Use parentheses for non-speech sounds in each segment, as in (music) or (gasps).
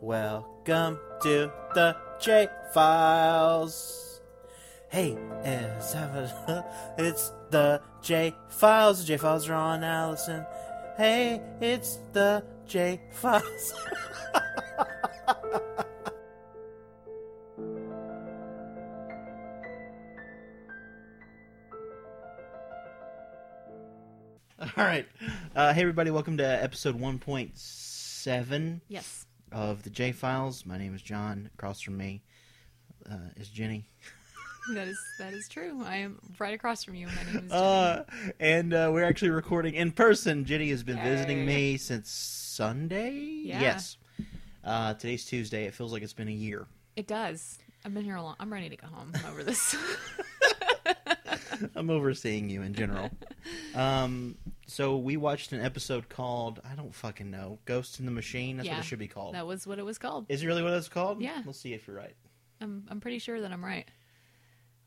Welcome to the J Files. Hey, it's, (laughs) it's the J Files. J Files are on Allison. Hey, it's the J (laughs) Files. All right. Uh, hey, everybody. Welcome to episode 1.7 Yes. of the J Files. My name is John. Across from me uh, is Jenny. That is that is true. I am right across from you. My name is Jenny. Uh, and uh, we're actually recording in person. Jenny has been visiting Yay. me since Sunday. Yeah. Yes. Uh, today's Tuesday. It feels like it's been a year. (laughs) it does. I've been here a long. I'm ready to go home (laughs) over this. I'm overseeing you in (laughs) general. um, so we watched an episode called I don't fucking know. Ghost in the Machine. That's what Yeah. it should be called. that was what it was called. Is it really what it's called? Yeah. We'll see if you're right. I'm I'm pretty sure that I'm right.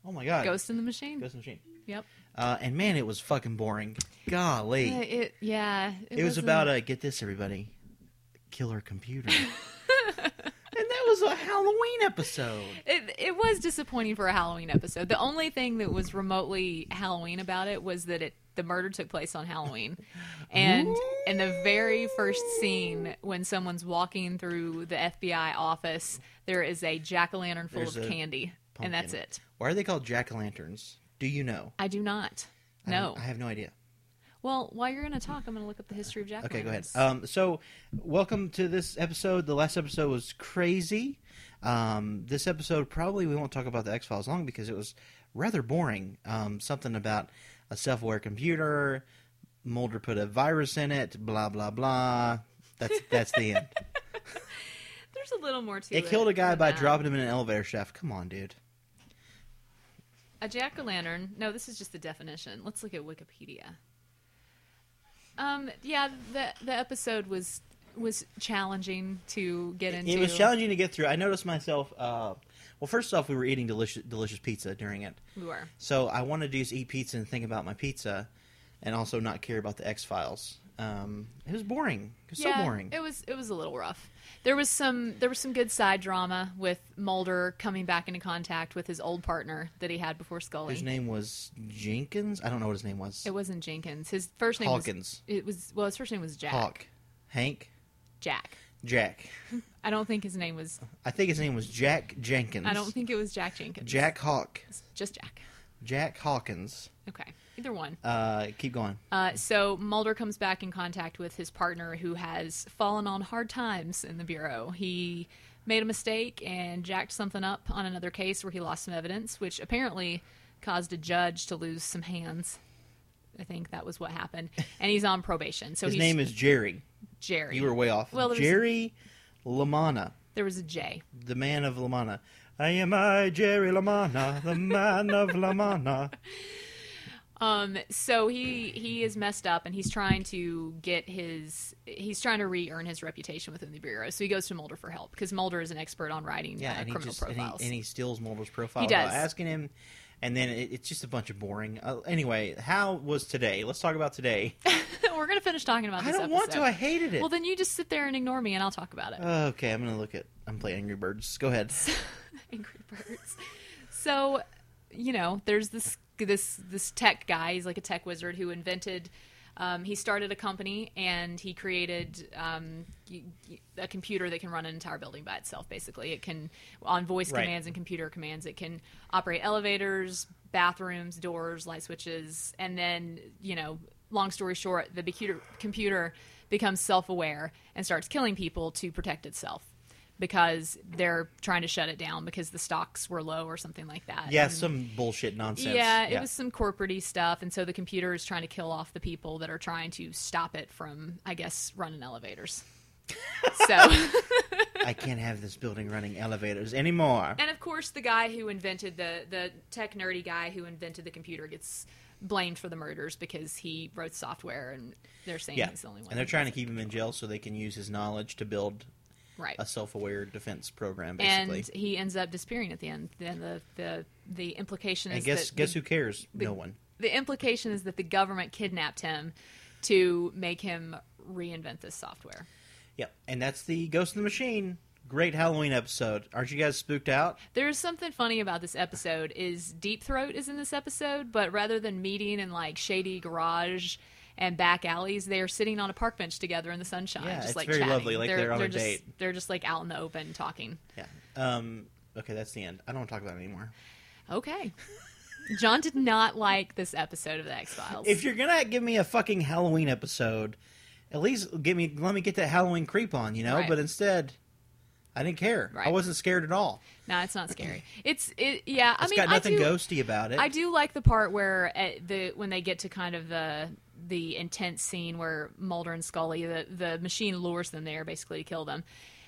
Oh my god. Ghost in the Machine. Ghost in the Machine. Yep. Uh, and man, it was fucking boring. Golly. Uh, it yeah. it, was about a get this everybody, killer computer. (laughs) and that was a Halloween episode. It, it was disappointing for a Halloween episode. The only thing that was remotely Halloween about it was that it the murder took place (laughs) on Halloween. And in the very first scene when someone's walking through the FBI office, there is a jack-o-lantern full There's of a candy. And that's pumpkin. it. Why are they called jack o' lanterns? Do you know? I do not. I don't- No. I, have no idea. Well, while you're going to talk, I'm going to look up the history of jack Okay, go ahead. lanterns. Um, so, welcome to this episode. The last episode was crazy. Um, this episode probably we won't talk about the X Files long because it was rather boring. Um, something about a self-aware computer. Mulder put a virus in it. Blah blah blah. That's that's the (laughs) end. There's a little more to It it. killed a guy than by that. dropping him in an elevator shaft. Come on, dude. A jack o' lantern. No, this is just the definition. Let's look at Wikipedia. Um, yeah, the the episode was was challenging to get into. It was challenging to get through. I noticed myself. Uh, well, first off, we were eating delicious delicious pizza during it. We were. So I wanted to just eat pizza and think about my pizza, and also not care about the X Files. Um, it was boring. It was so yeah, boring. It was it was a little rough. There was some there was some good side drama with Mulder coming back into contact with his old partner that he had before Scully. his name was Jenkins. I don't know what his name was. it wasn't Jenkins. His first name Hawkins. was it was well his first name was Jack. Hawk, Hank, Jack. Jack. I don't think his name was I think his name was Jack Jenkins. I don't think it was Jack Jenkins. Jack Hawk. It's Just Jack. Jack Hawkins. Okay. Either one. Uh, keep going. Uh, so Mulder comes back in contact with his partner who has fallen on hard times in the Bureau. He made a mistake and jacked something up on another case where he lost some evidence, which apparently caused a judge to lose some hands. I think that was what happened. And he's on probation. So His he's name is Jerry. Jerry. You were way off. Well, there was- Jerry Lamana. there was a J. the man of Lamana. I am I, Jerry Lamana, the man of (laughs) Lamana. Um, so he he is messed up, and he's trying to get his he's trying to re-earn his reputation within the bureau. So he goes to Mulder for help because Mulder is an expert on writing Yeah, uh, and he criminal just and he, profiles. and he steals Mulder's profile He without does. asking him, and then it, it's just a bunch of boring. Uh, anyway, how was today? Let's talk about (laughs) today. We're gonna finish talking about. I This don't want to. episode. I hated it. Uh. Well, then you just sit there and ignore me, and I'll talk about it. (laughs) okay, I'm gonna look at. I'm playing Angry Birds. Go ahead. Angry Birds. So, you know, there's this this this tech guy. He's like a tech wizard who invented. Um, he started a company and he created um, y- y- a computer that can run an entire building by itself. Basically, it can on voice Right. commands and computer commands. It can operate elevators, bathrooms, doors, light switches, and then you know. Long story short, the computer computer becomes self-aware and starts killing people to protect itself because they're trying to shut it down because the stocks were low or something like that. Yeah, And- some bullshit nonsense. yeah, it was some corporate stuff, and so the computer is trying to kill off the people that are trying to stop it from, I guess, running elevators. so, (laughs) I can't have this building running elevators (laughs) anymore. and of course, the guy who invented the the tech nerdy guy who invented the computer gets blamed for the murders because he wrote software, and they're saying Yeah, he's the only one. and they're trying to keep him in jail so they can use his knowledge to build right. a self-aware defense program, basically. And he ends up disappearing at the end. Then the the the implication And is guess that guess the, who cares? no one. the implication is that the government kidnapped him to make him reinvent this software. Yep. And that's the Ghost in the Machine. Great Halloween episode. Aren't you guys spooked out? There's something funny about this episode is Deep Throat is in this episode, but rather than meeting in like shady garage and back alleys, they are sitting on a park bench together in the sunshine. Yeah, just it's like very chatting. lovely, like they're on a just, date. They're just like out in the open talking. Yeah. Um, okay, that's the end. I don't want to talk about it anymore. Okay. John did not like this episode of the X Files. If you're gonna give me a fucking Halloween episode, at least give me let me get that Halloween creep on, you know. Right. But instead, I didn't care. I Right. wasn't scared at all. No, it's not scary. It's it. Yeah, I It's mean, got nothing I do, ghosty about it. I do like the part where at the when they get to kind of the the intense scene where Mulder and Scully the the machine lures them there basically to kill them.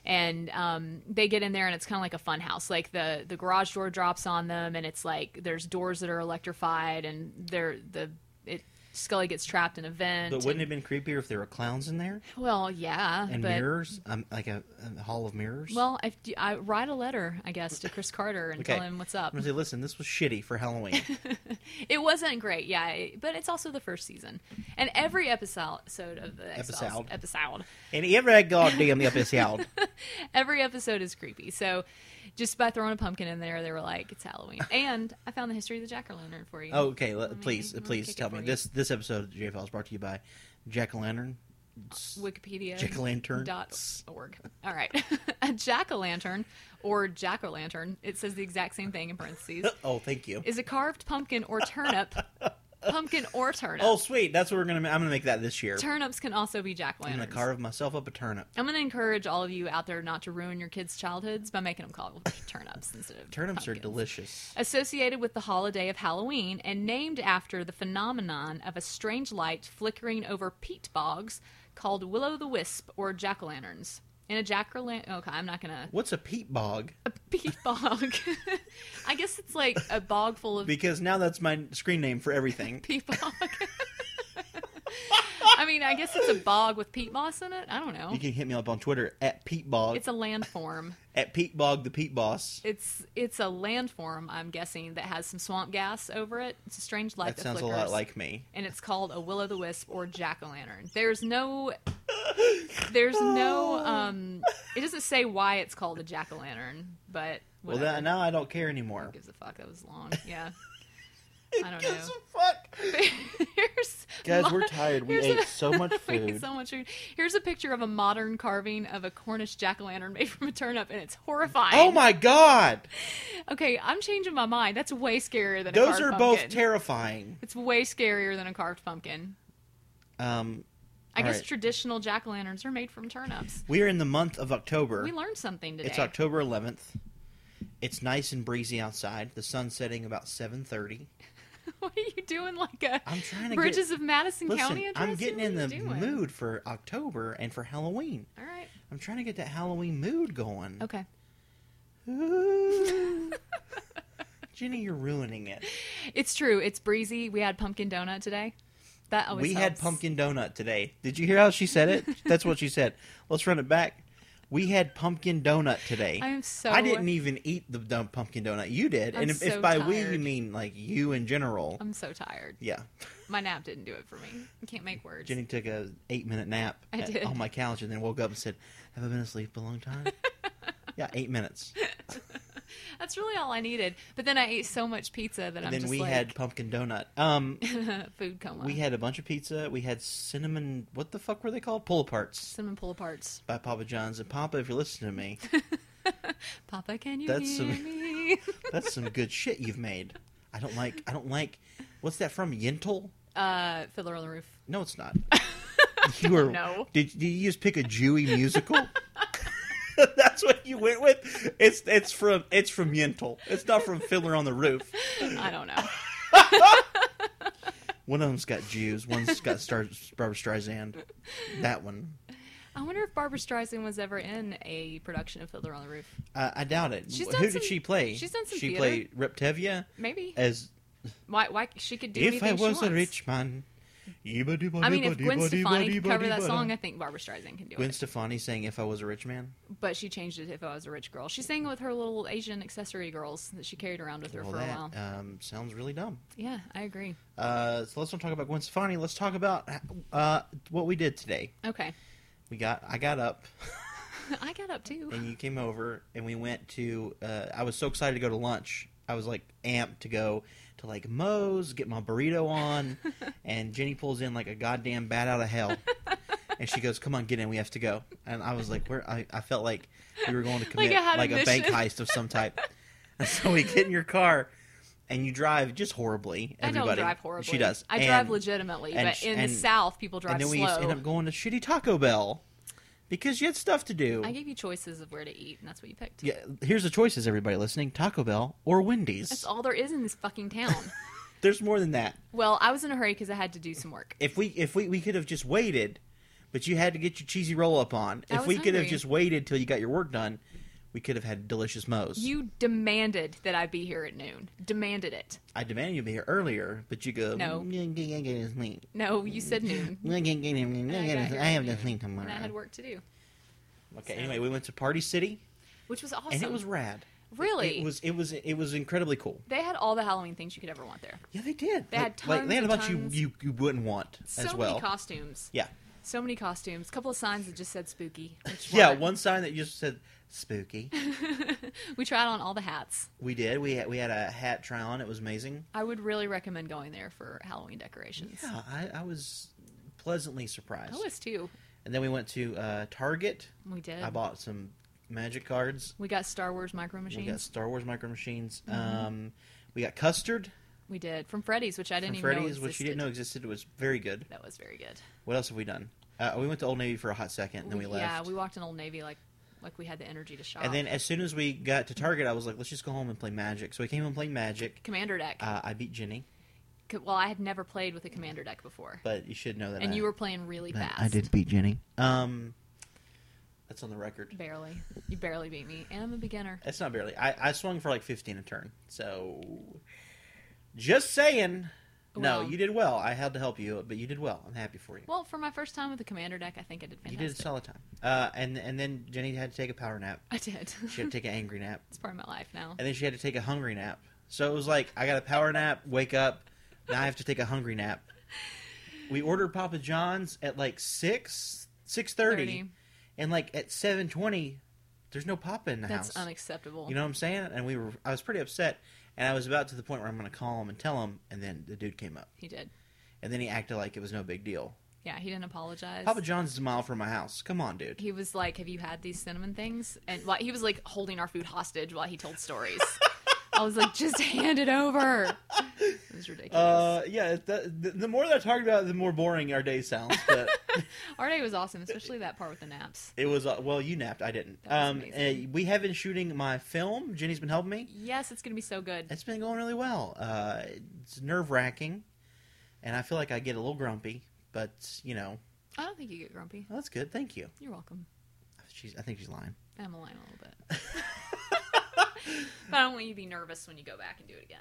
And um, they get in there, and it's kind of like a fun house. Like the, the garage door drops on them, and it's like there's doors that are electrified, and they're the it Scully gets trapped in a vent. but wouldn't it and- have been creepier if there were clowns in there well, yeah, and but mirrors, um, like a, a hall of mirrors? well, if you- I write a letter, I guess, to Chris Carter and tell Okay. him what's up. I'm gonna say, listen, this was shitty for Halloween. It wasn't great, yeah, it- but it's also the first season, and every episode of the X Episode. episode, and every goddamn episode. every episode is creepy. So, just by throwing a pumpkin in there, they were like, "It's (laughs) Halloween." and I found the history of the jack o' lantern for you. Oh, okay, le- me- please, let me please kick it tell for me you. this this episode of J Files brought to you by Jack O' Lantern. Wikipedia. Jack o' lantern. Dot org. All right, (laughs) a jack o' lantern or jack o' lantern. It says the exact same thing (laughs) in parentheses. Oh, thank you. is a carved pumpkin (laughs) or turnip. pumpkin or turnip. Oh, sweet. That's what we're gonna. ma- I'm gonna make that this year. Turnips can also be jack o' I'm gonna lanterns. carve myself up a turnip. I'm going to encourage all of you out there not to ruin your kids' childhoods by making them call turnips instead of Turnips are pumpkins. delicious. Associated with the holiday of Halloween and named after the phenomenon of a strange light flickering over peat bogs called willow the wisp or jack o' lanterns. In a jack o' lantern, okay, I'm not gonna What's a peat bog? a peat (laughs) bog. I guess it's like a bog full of Because now that's my screen name for everything. peat bog. (laughs) I mean, I guess it's a bog with peat moss in it. I don't know. You can hit me up on Twitter at peat bog It's a landform. at peat bog the peat boss. It's it's a landform, I'm guessing, that has some swamp gas over it. It's a strange light That that, sounds a flickers, lot like me. and it's called a will o' the wisp or jack o' lantern. There's no, (laughs) there's no. Um, it doesn't say why it's called a jack o' lantern, but Well, whatever. that, now I don't care anymore. Who gives a fuck. That (laughs) was long. Yeah, I don't Gives (laughs) know. a fuck. Here's Guys, mo- (laughs) we're tired. We here's ate a- so much (laughs) we ate food. so much food. Here's a picture of a modern carving of a Cornish jack o' lantern made from a turnip, and it's horrifying. Oh my god! Okay, I'm changing my mind. That's way scarier than a Those carved are pumpkin. both terrifying. It's way scarier than a carved pumpkin. Um, I All guess right. traditional jack o' lanterns are made from turnips. we are in the month of October. We learned something today. It's October 11th. It's nice and breezy outside. The sun's setting about 7:30. (laughs) what are you doing, like a I'm trying to Bridges of Madison get. County listen, address? I'm getting What in are the you doing? mood for October and for Halloween. All right. I'm trying to get that Halloween mood going. Okay. Oh. (laughs) Ooh. Jenny, you're ruining it. It's true. It's breezy. We had pumpkin donut today. That always we had helps. pumpkin donut today. Did you hear how she said (laughs) it? That's what she said. Let's run it back. We had pumpkin donut today. I am so. I didn't e-, even eat the dumb pumpkin donut. You did. I'm and if, if so by we you tired. Um, mean like you in general. I'm so tired. yeah. My nap didn't do it for me. I can't make words. Jenny took a 8 minute nap I did. on my couch and then woke up and said, "Have I been asleep a long (laughs) time?" yeah, 8 minutes. That's really all I needed. But then I ate so much pizza that I'm and then just we like had pumpkin donut. (laughs) Um food coma. we had a bunch of pizza. We had cinnamon what the fuck were they called? Pull aparts cinnamon pull aparts. by Papa John's. And Papa, if you're listening to me, Papa, can you That's hear some- me? (laughs) that's some good shit you've made. I don't like I don't like what's that from? Yentl? uh, Fiddler on the Roof. No, it's (laughs) not. you were know. Did, did you just pick a Jewy (laughs) musical? (laughs) That's what you went with. It's it's from it's from Yentl. It's not from Fiddler on the Roof. I (laughs) don't know. One of them's got Jews. One's got Star, Barbara Streisand. That one, I wonder if Barbara Streisand was ever in a production of Fiddler on the Roof. uh, I doubt it. She's Who done did some- she play? she's done some She theater. played Reptevia Maybe. as Why? Why she could do Eh. if anything I was she a wants. rich man. I mean, if Gwen Stefani could cover that song, I think Barbara Streisand can do Gwen it. Stefani saying "If I Was a Rich Man." But she changed it if I was a rich girl. She sang it with her little Asian accessory girls that she carried around with her Well, for a that while. um, sounds really dumb. Yeah, I agree. Uh, so let's not talk about Gwen Stefani. Let's talk about uh, what we did today. Okay. (laughs) We got I got up I got up too. and you came over and we went to. Uh, I was so excited to go to lunch. I was like amped to go to like Moe's, get my burrito (laughs) on, and Jenny pulls in like a goddamn bat out of hell. And she goes, "Come on, get in. We have to go." And I was like, "Where?" I, I felt like we were going to commit I had a like a bank mission. heist of some type. And so we get in your car, and you drive just horribly. I don't Everybody. drive horribly. She does. I And- drive legitimately, and but sh- in and- the South, people drive and then we slow. used to end up going to shitty Taco Bell because you had stuff to do. I gave you choices of where to eat, and that's what you picked. yeah, here's the choices, everybody listening: Taco Bell or Wendy's. That's all there is in this fucking town. (laughs) There's more than that. well, I was in a hurry because I had to do some work. If we if we we could have just waited, but you had to get your cheesy roll up on. I if was we could have hungry. just waited till you got your work done, we could have had delicious mo's. You demanded that I be here at noon. Demanded it. I demanded you be here earlier, but you go No. No, you (laughs) said noon. Mm-hmm. I have nothing tomorrow. And I had work to do, Okay. Anyway, we went to Party City, which was awesome. and it was rad. really. It was it was it was incredibly cool. they had all the Halloween things you could ever want there. Yeah, they did. They had they had a tons and bunch you, tons. you you wouldn't want So as well. many costumes. yeah, So many costumes. A couple of signs that just said spooky. Which yeah. weren't. One sign that just said (laughs) "spooky." We tried on all the hats. we did. We had, we had a hat try on. It was amazing. I would really recommend going there for Halloween decorations. Yeah, I, I was pleasantly surprised. I was too. And then we went to uh, Target. We did. I bought some magic cards. we got Star Wars micro machines. Mm-hmm. We got Star Wars micro machines. Um, we got custard We did from Freddy's, which I from didn't even Freddy's, know which you didn't know existed. existed. It was very good. That was very good. What else have we done? Uh, we went to Old Navy for a hot second, and then we, left. Yeah, we walked in Old Navy like like we had the energy to shop. And then as soon as we got to Target, I was like, let's just go home and play Magic. So we came home and played Magic. Commander deck. Uh, I beat Jenny, C- well, I had never played with a Commander deck before, but you should know that. and I, you were playing really that fast. I did beat Jenny. Um, that's on the record. barely. You barely beat me, and I'm a beginner. That's not barely. I, I swung for like 15 a turn. So just saying. Oh, Well. no, you did well. I had to help you, but you did well. I'm happy for you. Well, for my first time with the Commander deck, I think I did you fantastic. did a solid time. Uh, and and then Jenny had to take a power nap. (laughs) I did. She had to take an angry nap, it's part of my life now. and then she had to take a hungry nap. So it was like I got a power nap, wake up, now I have to take a hungry nap. We ordered Papa John's at like six six thirty, and like at seven twenty, there's no Papa in the That's house. unacceptable. You know what I'm saying? And we were, I was pretty upset, and I was about to the point where I'm going to call him and tell him, and then the dude came up, he did. and then he acted like it was no big deal. Yeah, he didn't apologize. Papa John's is a mile from my house. Come on, dude. he was like, "Have you had these cinnamon things?" And like, he was like holding our food hostage while he (laughs) told stories. I was like, "Just hand it over." It was ridiculous. Uh, yeah. The, the, the more that I talked about, it, the more boring our day sounds. But Our day was awesome, especially that part with the naps. it was uh, well, you napped. I didn't. That Um, was uh, amazing. we have been shooting my film. Jenny's been helping me. Yes, it's gonna be so good. It's been going really well. Uh, it's nerve wracking, and I feel like I get a little grumpy. But you know, I don't think you get grumpy. that's good. Thank you. You're welcome. She's. I think she's lying. I'm lying a little bit, but I don't want you to be nervous when you go back and do it again.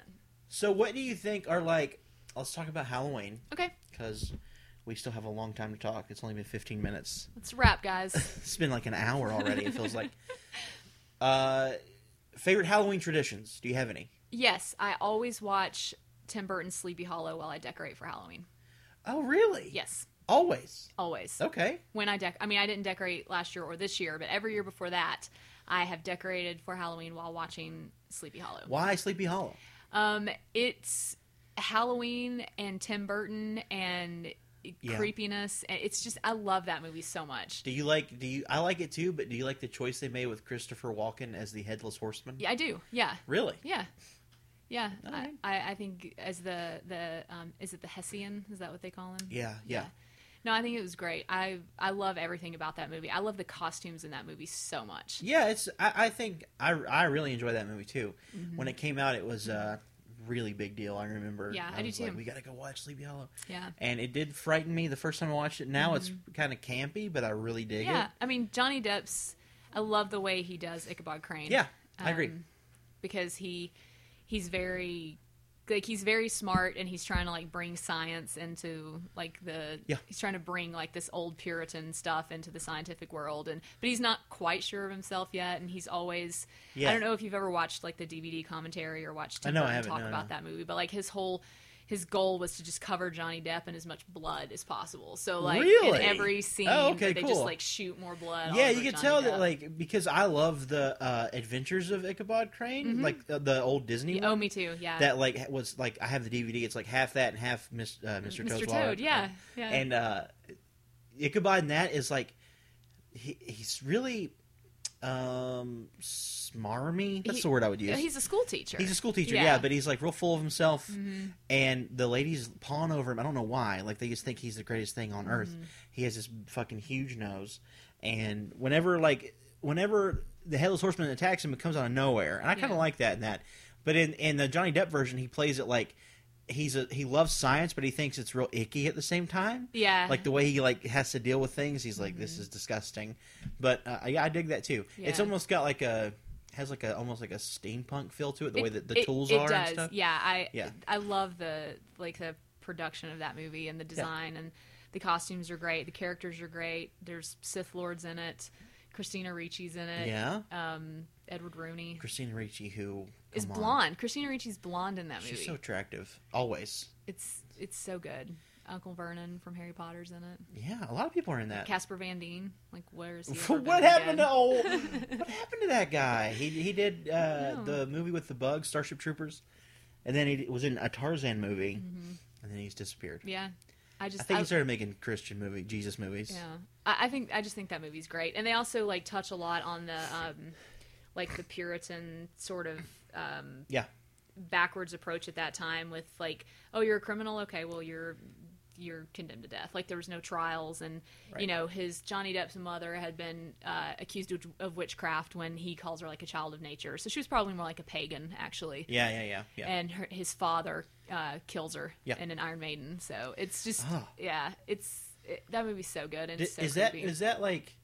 So, what do you think are like? Let's talk about Halloween Okay, because we still have a long time to talk. It's only been 15 minutes. (laughs) let's wrap, guys. It's been like an hour already. It (laughs) feels like. Uh, favorite Halloween traditions? Do you have any? Yes, I always watch Tim Burton's Sleepy Hollow while I decorate for Halloween. Oh, really? Yes, Always. always. Okay. when I dec I mean I didn't decorate last year or this year, but every year before that, I have decorated for Halloween while watching Sleepy Hollow. Why Sleepy Hollow? Um it's Halloween and Tim Burton and Yeah. creepiness and it's just I love that movie so much. Do you like? Do you? I like it too. But do you like the choice they made with Christopher Walken as the headless horseman? Yeah, I do. Yeah. Really? Yeah. Yeah. I, Alright. I, I think as the the um is it the Hessian? Is that what they call him? Yeah. Yeah. No, I think it was great. I I love everything about that movie. I love the costumes in that movie so much. Yeah, it's. I, I think I, I really enjoy that movie too. Mm-hmm. When it came out, it was a really big deal. I remember. Yeah, I do was too. Like, we got to go watch Sleepy Hollow, Yeah. and it did frighten me the first time I watched it. Now it's kind of campy, but I really dig Mm-hmm. Yeah, it. I mean Johnny Depp's. I love the way he does Ichabod Crane. Yeah, I agree. Because he he's very like he's very smart and he's trying to like bring science into like the Yeah. he's trying to bring like this old puritan stuff into the scientific world and but he's not quite sure of himself yet and he's always Yeah. i don't know if you've ever watched like the dvd commentary or watched I Tim know I Burton haven't, talk no, about no. that movie but like his whole his goal was to just cover johnny depp in as much blood as possible so like in Really? every scene Oh, okay, they just cool. like shoot more blood all yeah, over you can Johnny tell that Depp. like because I love the uh, Adventures of Ichabod Crane, Mm-hmm. like uh, the old Disney. oh one, me too yeah That like ha- was like I have the DVD. It's like half that and half Mis- uh, Mr. Toad's Wild mr toad Ride. yeah yeah and uh, Ichabod in that is like he, he's really um smarmy. That's He- the word I would use. Yeah, he's a school teacher He's a school teacher, yeah. Yeah. Mm-hmm. but he's like real full of himself, and the ladies pawn over him. I don't know why. Like they just think he's the greatest thing on Mm-hmm. earth. He has this fucking huge nose, and whenever like whenever the headless horseman attacks him, it comes out of nowhere, and I kind of Yeah. like that in that. But in in the Johnny Depp version, he plays it like he's a he loves science, but he thinks it's real icky at the same time. yeah Like the way he like has to deal with things, he's like, "This is disgusting," but uh, yeah, I dig that too. It's Mm-hmm. Yeah. almost got like a has like a almost like a steampunk feel to it, the way that the it- tools it are does. and stuff. Yeah, I Yeah. I love the like the production of that movie and the design and the costumes are great. The characters are great. There's Sith lords in it. Christina Ricci's in it. Yeah. Um, Edward Rooney Christina Ricci, who is come on. blonde. Christina Ricci's blonde in that movie. She's so attractive, always. it's it's so good. Uncle Vernon from Harry Potter's in it. Yeah, a lot of people are in that. (laughs) Casper Van Dien. Like where is he? ever been what happened to again? (laughs) oh, what happened to that guy? He he did uh, No. the movie with the bug, Starship Troopers, and then he was in a Tarzan movie, and then he's disappeared. Yeah. I just I think Mm-hmm. I- he started making Christian movie, Jesus movies. Yeah, I, I think I just think that movie's great, and they also like touch a lot on the um, like the Puritan sort of um, Yeah. backwards approach at that time with like, oh, you're a criminal, okay, well you're you're condemned to death. Like there was no trials, and you Right. know his Johnny Depp's mother had been uh, accused of, of witchcraft when he calls her like a child of nature, so she was probably more like a pagan actually. yeah, yeah, yeah, yeah. And her, his father uh, kills her Yeah. in an Iron Maiden, so it's just Ah. yeah, it's it, that movie's so good and Di- it's so is that creepy. is that like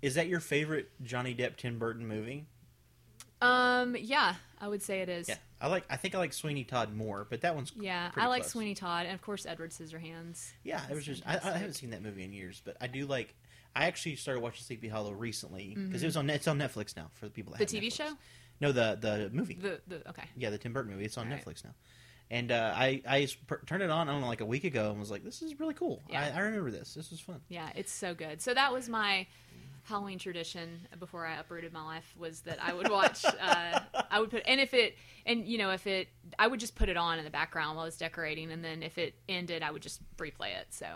is that your favorite Johnny Depp Tim Burton movie? Um, yeah, I would say it is. Yeah, I like. I think I like Sweeney Todd more, but that one's Yeah, pretty I like close. Sweeney Todd and of course Edward Scissorhands. Yeah, it was just I, I Fantastic. haven't seen that movie in years, but I do like. I actually started watching Sleepy Hollow recently because it was on it's on Netflix now for the people that Mm-hmm. The have TV Netflix. show? No, the the movie. The the okay. yeah, the Tim Burton movie. It's on All right. Netflix now, and uh, I I just per- turned it on I don't know like a week ago and was like, this is really cool. Yeah. I, I remember this. This was fun. Yeah, it's so good. So that was my Halloween tradition before I uprooted my life was that I (laughs) would watch. uh, I would put and if it and you know if it I would just put it on in the background while I was decorating, and then if it ended, I would just replay it. So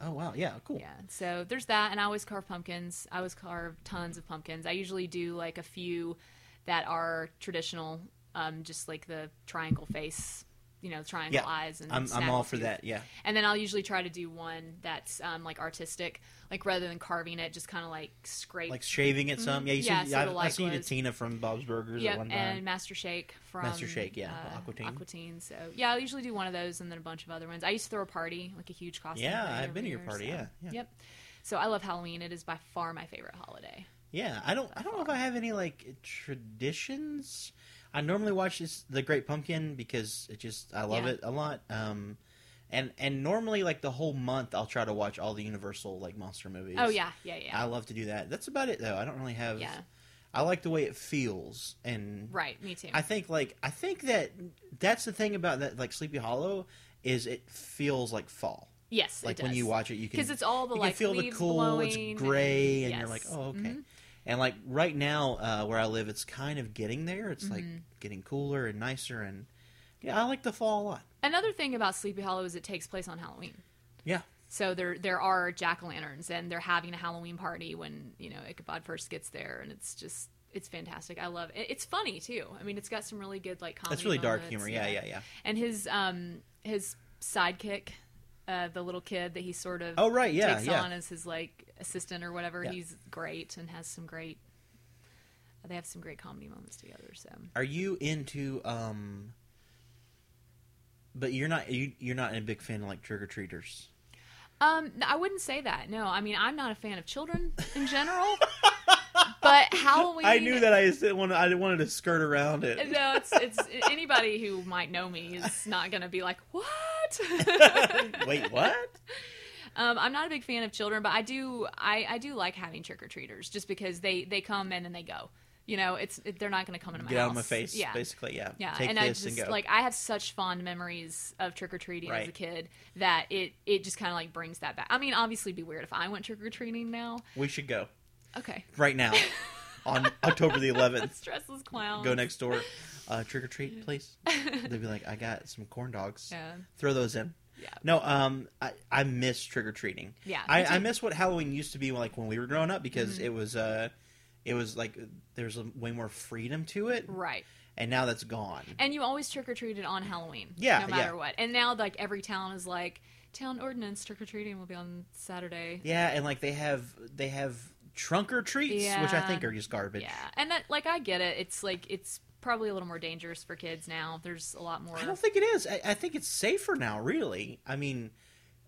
Oh wow, yeah, cool. Yeah, so there's that, and I always carve pumpkins. I always carve tons of pumpkins. I usually do like a few that are traditional, um, just like the triangle face, you know, triangle Yeah, eyes, and I'm I'm snaggle all for tooth. that. Yeah, And then I'll usually try to do one that's um, like artistic, like rather than carving it, just kind of like scrape. like shaving it some. Yeah, you Mm-hmm. Yeah, see, so I've, the I've light seen you glows. Tina from Bob's Burgers at Yep, one time. and Master Shake from Master Shake, yeah, Aquatine. Aquatine. So yeah, I usually do one of those and then a bunch of other ones. I used to throw a party, like a huge costume. Yeah, party I've every been to your year, party, so- yeah, yeah. Yep. So I love Halloween. It is by far my favorite holiday. Yeah, I don't. I don't know if I have any like traditions. I normally watch this, the Great Pumpkin because it just I love Yeah. it a lot. Um, and and normally like the whole month I'll try to watch all the Universal like monster movies. Oh yeah, yeah, yeah. I love to do that. That's about it though. I don't really have. Yeah. I like the way it feels and right, me too. I think like I think that that's the thing about that like Sleepy Hollow is it feels like fall. yes, Like it when does. you watch it, you can because it's all the you like can feel the leaves cool. blowing. It's gray, and you're yes. like, oh, okay. Mhm. And like right now, uh, where I live, it's kind of getting there. It's like Mm-hmm. getting cooler and nicer, and yeah, I like the fall a lot. Another thing about Sleepy Hollow is it takes place on Halloween. Yeah, So there there are jack o' lanterns, and they're having a Halloween party when you know Ichabod first gets there, and it's just it's fantastic. I love it. It's funny too. I mean, it's got some really good like comedy. that's really dark moments. humor. Yeah, yeah, yeah. And his um his sidekick, uh, the little kid that he sort of Oh right, yeah, takes yeah. on as his like assistant or whatever. Yeah. He's great and has some great. They have some great comedy moments together. So Are you into um? But you're not you you're not a big fan of like trick or treaters. (laughs) um, no, I wouldn't say that. No, I mean I'm not a fan of children in general. But Halloween. I knew that I just didn't want to, I didn't wanted to skirt around it. No, it's it's anybody who might know me is not going to be like what. (laughs) (laughs) Wait, what? Um, I'm not a big fan of children, but I do I, I do like having trick or treaters just because they they come and then they go. You know, it's it, they're not going to come into my Get house. out of my face, Yeah. basically. Yeah. Yeah, Take and I this just and go. like I have such fond memories of trick or treating as a Right. kid that it it just kind of like brings that back. I mean, obviously, it'd be weird if I went trick or treating now. we should go Okay, (laughs) right now on October the 11th. stressless clown. Go next (laughs) door, uh, trick or treat, please. They'd be like, I got some corn dogs. Yeah, Throw those in. yeah, No, um, I, I miss trick or treating. yeah. I, me too. Mm-hmm. I miss what Halloween used to be like when we were growing up because it was uh, it was like there was way more freedom to it, right. and now that's gone. And you always trick or treated on Halloween. Yeah, No yeah. matter what. And now, like, every town is like, town ordinance trick or treating will be on Saturday. Yeah, and like they have they have trunk or treats, which I Yeah. think are just garbage. Yeah. And that, like, I get it. It's like, it's probably a little more dangerous for kids now. There's a lot more. I don't think it is. I, I think it's safer now. Really, I mean,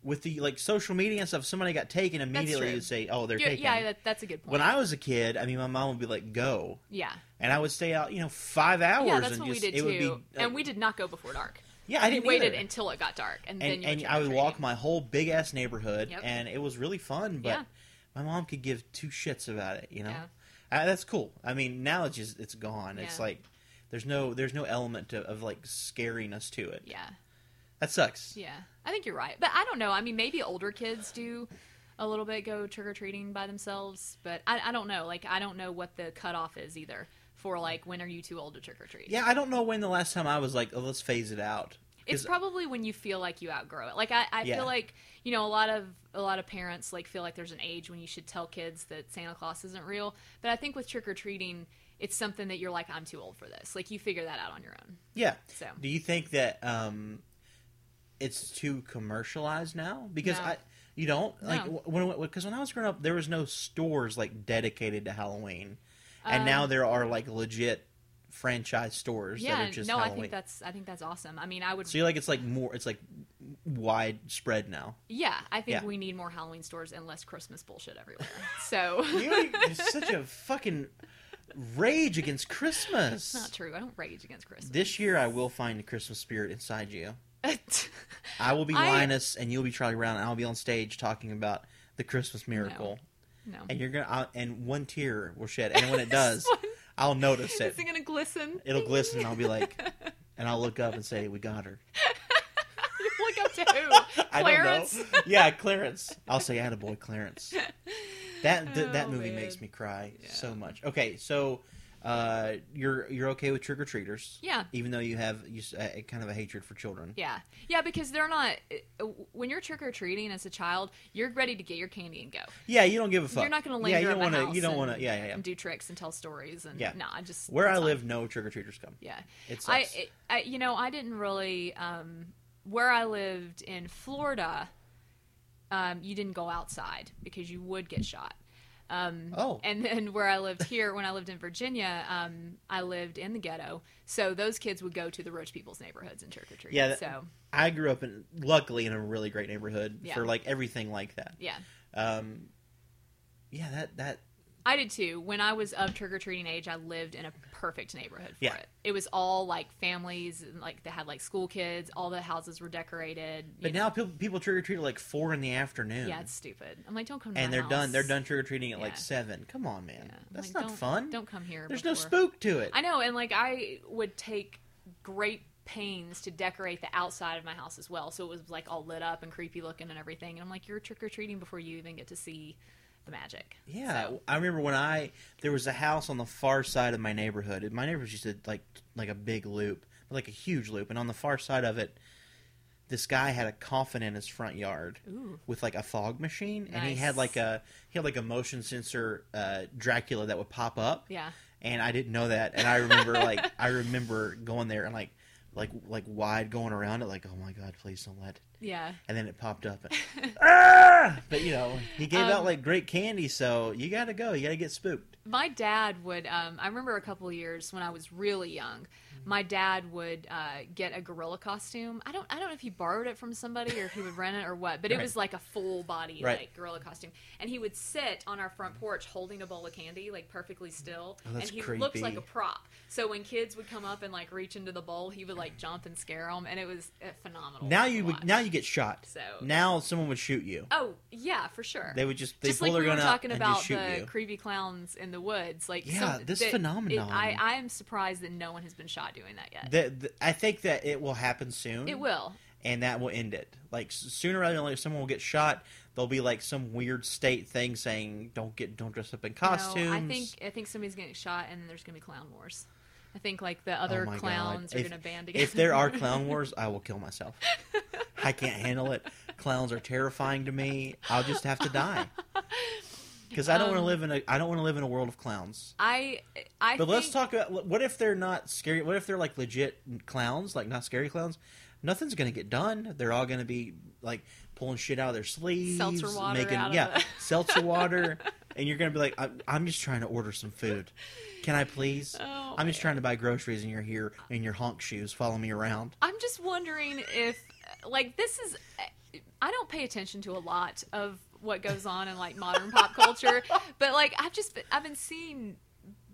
with the like social media and stuff, if somebody got taken immediately. true. You'd say, "Oh, they're You're- taken." yeah, that, that's a good point. when I was a kid, I mean, my mom would be like, "Go," yeah. and I would stay out, you know, five hours. Yeah, that's and what just, we did it too. Would be, like- and we did not go before dark. Yeah, I didn't we waited either. until it got dark. And, then and, you went and I would walk trick-or-treating. my whole big ass neighborhood, Yep. and it was really fun. But Yeah. my mom could give two shits about it, you know. Yeah. Uh, that's cool. I mean, now it's just it's gone. It's Yeah. like there's no there's no element to, of like scariness to it. Yeah. That sucks. Yeah, I think you're right. But I don't know. I mean, maybe older kids do a little bit go trick or treating by themselves, but I, I don't know. Like, I don't know what the cutoff is either for like when are you too old to trick or treat? Yeah, I don't know when the last time I was like, oh, let's phase it out. it's 'Cause- probably when you feel like you outgrow it. Like, I, I Yeah. feel like you know a lot of a lot of parents like feel like there's an age when you should tell kids that Santa Claus isn't real. But I think with trick or treating. It's something that you're like, I'm too old for this. Like you figure that out on your own. yeah. So Do you think that um, it's too commercialized now? Because No. I you don't like No. wh- when because when I was growing up, there was no stores like dedicated to Halloween, and Um, now there are like legit franchise stores yeah, that are just no, I Halloween. think that's I think that's awesome. I mean, I would so you like it's like more it's like widespread (laughs) now. Yeah, I think Yeah. we need more Halloween stores and less Christmas bullshit (laughs) everywhere. So You're just such a fucking rage against Christmas. (laughs) it's not true. I don't rage against Christmas. (laughs) This year, I will find the Christmas spirit inside you. no, I will be I- Linus, and you'll be Charlie Brown, and I'll be on stage talking about the Christmas miracle. and you're gonna I'll, and one tear will shed and (laughs) when it does This one- i'll notice it (laughs) is it gonna glisten? it'll glisten and i'll be like and i'll look up and say we got her You (laughs) look up to who? (laughs) i Clarence. don't know (laughs) yeah clarence i'll say attaboy clarence that (laughs) th- that Oh, movie man. makes me cry so Yeah. much okay so uh you're you're okay with trick-or-treaters Yeah. even though you have you s- a, a kind of a hatred for children Yeah, yeah, because they're not. eh, When you're trick or treating as a child, you're ready to get your candy and go. yeah you don't give a fuck You're not gonna yeah linger. you don't want wanna- to. you don't want to yeah yeah, yeah. And do tricks and tell stories and Yeah. Nah, just where i it's not- live no trick-or-treaters come Yeah, it's I, it- I you know I didn't really um, where I lived in Florida. Um, you didn't go outside because you would get shot. Um, Oh. and then where I lived here, when I lived in Virginia, um, I lived in the ghetto, so those kids would go to the rich people's neighborhoods and trick or treat. Yeah, that- so I grew up in luckily in a really great neighborhood Yeah. for like everything like that. yeah, Um, yeah, that that I did too. When I was of trick or treating age, I lived in a perfect neighborhood for Yeah. it. It was all like families, and, like they had like school kids. All the houses were decorated. you but know. now people people trick or treat at like four in the afternoon. yeah, it's stupid. I'm like, don't come. To and my they're done. house. They're done trick or treating at like Yeah. seven. Come on, man, Yeah, I'm that's like, not don't- fun. Don't come here. There's no before. spook to it. I know, and like I would take great pains to decorate the outside of my house as well, so it was like all lit up and creepy looking and everything. And I'm like, you're trick or treating before you even get to see the magic. yeah, So, I remember when I there was a house on the far side of my neighborhood. And My neighborhood used to like like a big loop, like a huge loop, and on the far side of it, this guy had a coffin in his front yard. ooh, with like a fog machine and he Nice. had like a he had like a motion sensor uh dracula that would pop up yeah, and i didn't know that and i (laughs) remember like i remember going there and like like like wide going around it like oh my god please don't let yeah. and then it popped up and, (laughs) ah! but you know he gave out Um, like great candy so you gotta go you gotta get spooked My dad would. Um, I remember a couple years when I was really young. Mm-hmm. my dad would uh, get a gorilla costume. I don't I don't know if he borrowed it from somebody or if he would rent it or what, but it Right. was like a full body Right. like gorilla costume. And he would sit on our front porch holding a bowl of candy like perfectly still, Oh, that's and he looks like creepy. a prop. So when kids would come up and like reach into the bowl, he would like jump and scare them, and it was uh, phenomenal. Now to you would watch. now you get shot. So- now someone would shoot you. Oh yeah, for sure. They would just they just pull like we their were gun out talking and about just shoot the you. creepy clowns in the woods, like Yeah, some- this that- it- phenomenon. I I am surprised that no one has been shot doing that yet. The, the- I think that it will happen soon. it will. and that will end it. Like s- sooner rather than later, someone will get shot. There'll be like some weird state thing saying, "Don't get, don't dress up in costumes." No, I think I think somebody's getting shot, and then there's gonna be clown wars. I think like the other Oh my God. clowns are If- gonna band together. if there (laughs) are clown wars, I will kill myself. I can't handle it. Clowns are terrifying to me. I'll just have to (laughs) die because I don't want to Um, live in a. I don't want to live in a world of clowns. I I But think, let's talk about what if they're not scary? What if they're like legit clowns, like not scary clowns? Nothing's gonna get done. They're all gonna be like pulling shit out of their sleeves, Seltzer water making out of yeah the- (laughs) seltzer water, and you're gonna be like, I'm, I'm just trying to order some food. Can I please? Oh, I'm just man. trying to buy groceries, and you're here in your honk shoes, following me around. I'm just wondering if, like, this is. I don't pay attention to a lot of what goes on in like modern pop culture, but like I've just been, I've been seeing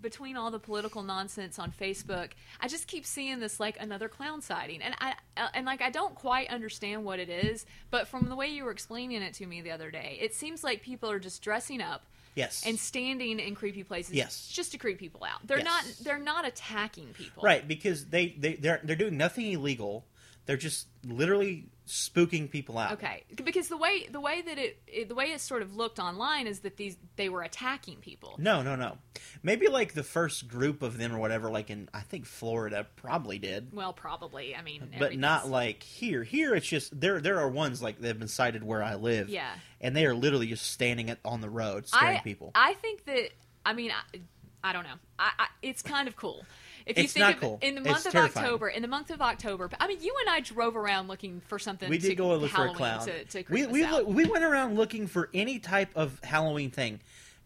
between all the political nonsense on Facebook, I just keep seeing this like another clown sighting, and I and like I don't quite understand what it is, but from the way you were explaining it to me the other day, it seems like people are just dressing up Yes, and standing in creepy places Yes. just to creep people out. They're Yes. not they're not attacking people. right because they they they're they're doing nothing illegal. They're just literally spooking people out. Okay, because the way the way that it, it the way it sort of looked online is that these they were attacking people. No, no, no. Maybe like the first group of them or whatever, like in I think Florida probably did, Well, probably. I mean, but not everything's- like here. Here it's just there. There are ones like that have been sighted where I live. Yeah. and they are literally just standing at, on the road scaring I people. I think that I mean I, I don't know. I, I it's kind of cool. If you It's think not of, cool. in the It's month of terrifying. October, in the month of October, I mean, you and I drove around looking for something. we to did go and look Halloween for a clown. To, to we creep we us out. look, we went around looking for any type of Halloween thing,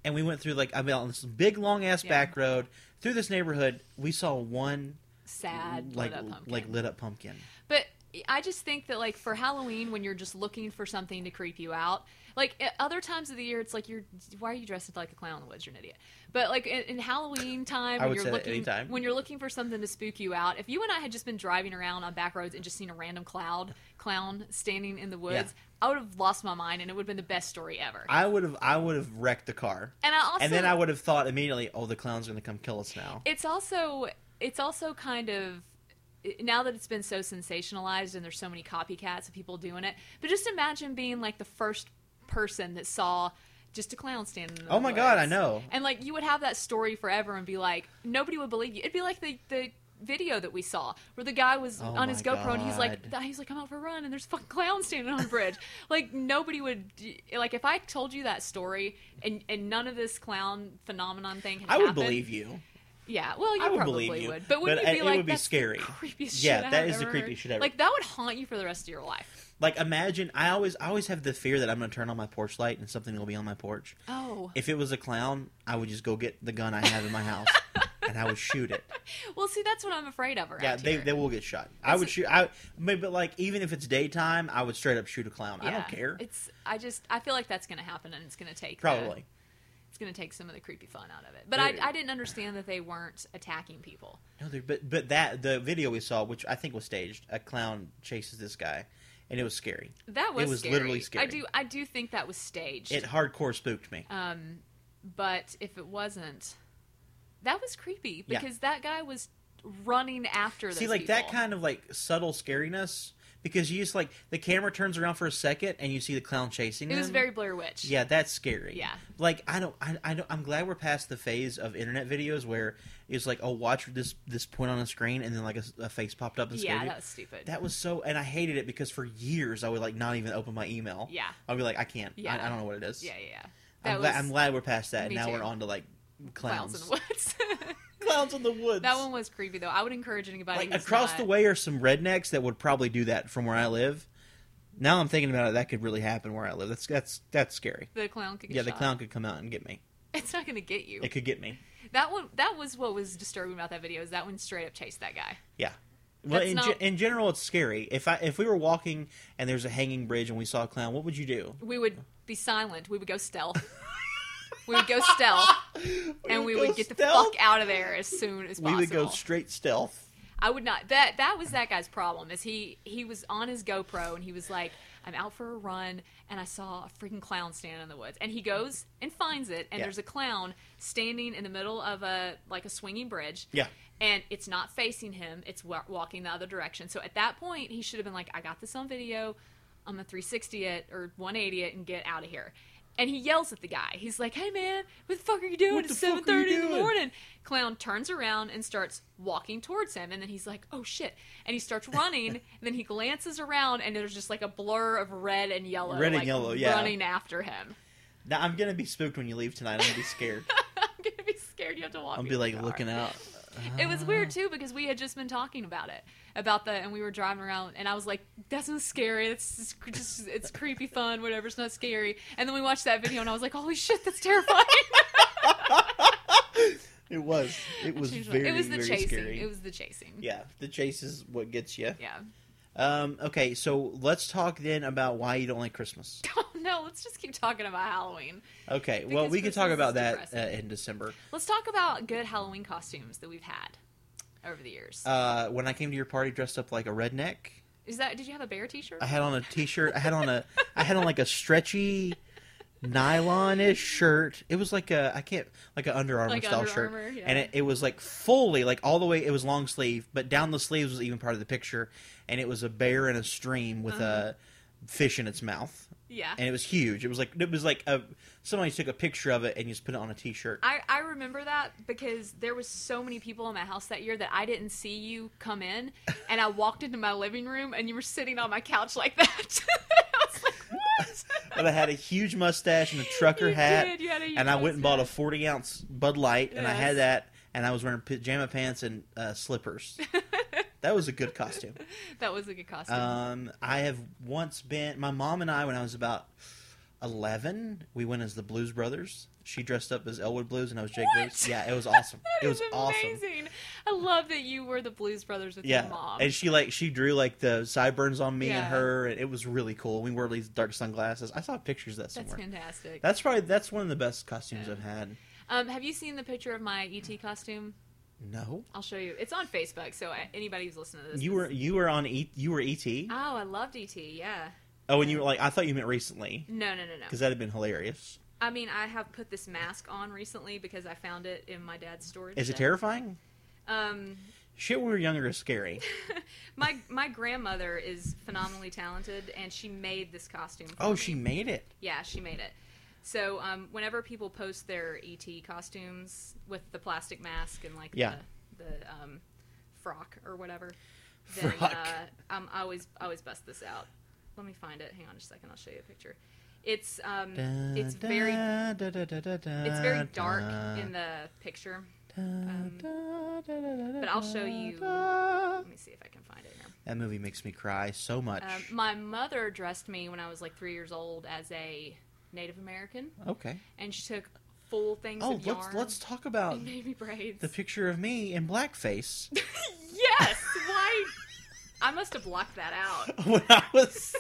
and we went through like I mean on this big long ass Yeah. back road through this neighborhood. We saw one sad like lit up pumpkin. like lit up pumpkin. But I just think that like for Halloween, when you're just looking for something to creep you out, like at other times of the year, it's like you're why are you dressed like a clown in the woods? You're an idiot. But like in, in Halloween time, I when would you're say that looking anytime. when you're looking for something to spook you out, if you and I had just been driving around on back roads and just seen a random cloud clown standing in the woods, I would have lost my mind, and it would have been the best story ever. I would have I would have wrecked the car. and I also and then I would have thought immediately, oh, the clown's going to come kill us now. it's also it's also kind of now that it's been so sensationalized and there's so many copycats of people doing it but just imagine being like the first person that saw just a clown standing in the Oh my God, woods. I know. and like you would have that story forever and be like nobody would believe you it'd be like the the video that we saw where the guy was Oh on his my GoPro and he's like God. he's like I'm out for a run and there's a fucking clown standing on a (laughs) bridge like nobody would like if I told you that story and and none of this clown phenomenon thing had I would happened, believe you. yeah, well, you I would probably believe you, would, but wouldn't but you it be like, would be "That's the scary." creepiest Yeah, shit that I've is the ever creepiest heard." shit ever. Like that would haunt you for the rest of your life. Like imagine, I always, I always have the fear that I'm going to turn on my porch light and something will be on my porch. Oh, If it was a clown, I would just go get the gun I have in my (laughs) house and I would shoot it. well, see, that's what I'm afraid of. Around Yeah, they, here. they will get shot. I would It's- shoot. I maybe but like even if it's daytime, I would straight up shoot a clown. I Yeah. don't care. It's I just I feel like that's going to happen, and it's going to take the- Probably. it's going to take some of the creepy fun out of it. But Dude. I, I didn't understand that they weren't attacking people. No, they're- but but that the video we saw, which I think was staged, a clown chases this guy, and it was scary. That was was scary. literally I scary. do I do think that was staged. It hardcore spooked me. Um, but if it wasn't, that was creepy Yeah. because that guy was running after. See, those like that people. kind of like subtle scariness because you just like the camera turns around for a second and you see the clown chasing. It was them. very Blair Witch. Yeah, that's scary. Yeah. Like I don't, I, I don't. I'm glad we're past the phase of internet videos where it's like, oh, watch this this point on a screen, and then like a, a face popped up and scared Yeah, you. that was stupid. That was so, and I hated it because for years I would like not even open my email. Yeah. I'd be like, I can't. Yeah. I, I don't know what it is. yeah, yeah, yeah. That I'm, was glad, I'm glad we're past that. Me Now too. we're on to like Clowns clowns. in the Woods. (laughs) Clowns in the woods. that one was creepy though. I would encourage anybody like who's across not- the way are some rednecks that would probably do that from where I live. Now I'm thinking about it, that could really happen where I live. That's that's that's scary. The clown could get yeah, the shot. clown could come out and get me. (laughs) It's not going to get you. It could get me. That one. That was what was disturbing about that video. Is that one straight up chased that guy? Yeah. Well, That's in, not- ge- in general, it's scary. If I if we were walking and there's a hanging bridge and we saw a clown, what would you do? We would be silent. We would (laughs) go stealth. we would go stealth, and we go would get the stealth? fuck out of there as soon as We possible. would go straight stealth. I would not. That that was that guy's problem. Is he he was on his GoPro and he was like, "I'm out for a run," and I saw a freaking clown standing in the woods. And he goes and finds it, and Yeah. there's a clown standing in the middle of a like a swinging bridge. Yeah. And it's not facing him; it's wa- walking the other direction. So at that point, he should have been like, "I got this on video. I'm gonna 360 it or 180 it and get out of here." And he yells at the guy. He's like, "Hey man, what the fuck are you doing? What It's the fuck are you 7:30 in the doing?" morning." morning. Clown turns around and starts walking towards him, and then he's like, "Oh shit!" And (laughs) he starts running. and then he glances around, and there's just like a blur of red and yellow, Red and like, yellow, yeah. running after him. (laughs) Now I'm gonna be spooked when you leave tonight. I'm gonna be scared. I'm gonna be scared. You have to walk. I'm me gonna be to like the car. looking (laughs) out. It was Ah. weird too because we had just been talking about it, about the, and we were driving around, and I was like, "That's not scary. It's just, just it's creepy fun, whatever. It's not scary." And then we watched that video, and I was like, "Holy shit, that's terrifying." It was. (laughs) It was Changed my- very. it was the very chasing. Scary. It was the chasing. Yeah, the chase is what gets you. Yeah. (laughs) Um, okay, so let's talk then about why you don't like Christmas. Oh no, let's just keep talking about Halloween. Okay, well Because we could talk about Christmas is that uh, depressing. in December. Let's talk about good Halloween costumes that we've had over the years. Uh, when I came to your party dressed up like a redneck, Is that did you have a bear T-shirt? I had on a t-shirt. I had on a I had on like a stretchy nylon-ish shirt. It was like a I can't like an Under Armour Like style Under shirt, Armour, yeah. and it, it was like fully like all the way. It was long sleeve, but down the sleeves was even part of the picture, and it was a bear in a stream with Uh-huh. a fish in its mouth, yeah, and it was huge. It was like it was like a somebody took a picture of it and just put it on a t-shirt. I I remember that because there was so many people in my house that year that I didn't see you come in, and I walked into my living room and you were sitting on my couch like that. (laughs) I was like, what? But I had a huge mustache and a trucker You hat. did, you had a huge and I went and bought a mustache. 40 ounce Bud Light, and I Yes. had that, and I was wearing pajama pants and uh, (laughs) slippers. that was a good costume. That was a good costume. Um, I have once been, my mom and I, when I was about 11, we went as the Blues Brothers. She dressed up as Elwood Blues, and I was Jake What? Blues. Yeah, it was awesome. That it is was awesome. amazing. I love that you were the Blues Brothers with Yeah, your mom. and she like she drew like the sideburns on me and Yeah. her, and it was really cool. We wore these dark sunglasses. I saw pictures of that That's somewhere. fantastic. That's probably that's one of the best costumes Yeah. I've had. um, have you seen the picture of my ET costume? No, I'll show you. It's on Facebook, so uh, anybody who's listening to this, you this- were you were on e, you were ET. Oh, I loved ET. Yeah. Oh, and you were like I thought you meant recently No, no, no, no. because that'd have been hilarious. I mean, I have put this mask on recently because I found it in my dad's storage. Is it shed. terrifying? Um, Shit, when we were younger is scary. my my grandmother is phenomenally talented, and she made this costume. For (laughs) Oh, me. she made it. Yeah, she made it. So, um, whenever people post their ET costumes with the plastic mask and like Yeah. the, the um, frock or whatever, then Frock. Uh, um, I always I always bust this out. Let me find it. Hang on just a second. I'll show you a picture. It's um, it's very It's It's very dark in the picture. um, but I'll show you- Let me see if I can find it here. That movie makes me cry so much. Um, my mother dressed me when I was like three years old as a Native American, okay. and she took full things Oh, of yarn let's let's talk about and made me braids. the picture of me in (laughs) blackface (laughs) yes, why? I must have blocked (laughs) that out. when I was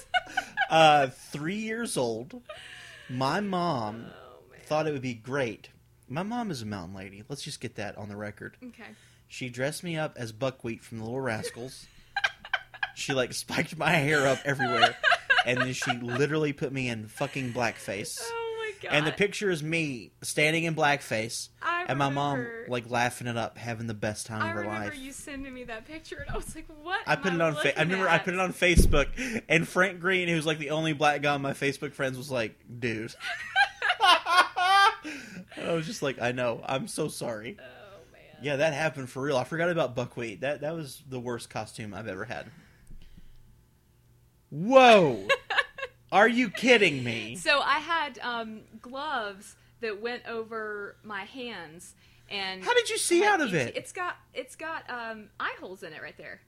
uh, three years old. My mom Oh man. thought it would be great. My mom is a mountain lady. Let's just get that on the record. Okay. She dressed me up as Buckwheat from the Little Rascals. (laughs) she like spiked my hair up everywhere, and then she literally put me in fucking blackface. Oh my god. And the picture is me standing in blackface, I and my mom remember- like laughing it up, having the best time I of her remember life. you sending me that picture, and I was like, "What?" I put it on. Fa- I remember I put it on Facebook, and Frank Green, who's like the only black guy on my Facebook friends, was like, "Dude." (laughs) I was just like, "I know. I'm so sorry." Oh man. Yeah, that happened for real. I forgot about buckwheat. That that was the worst costume I've ever had. Whoa! (laughs) Are you kidding me? So I had um, gloves that went over my hands, and How did you see had out of ET it? It's got it's got um, eye holes in it right there.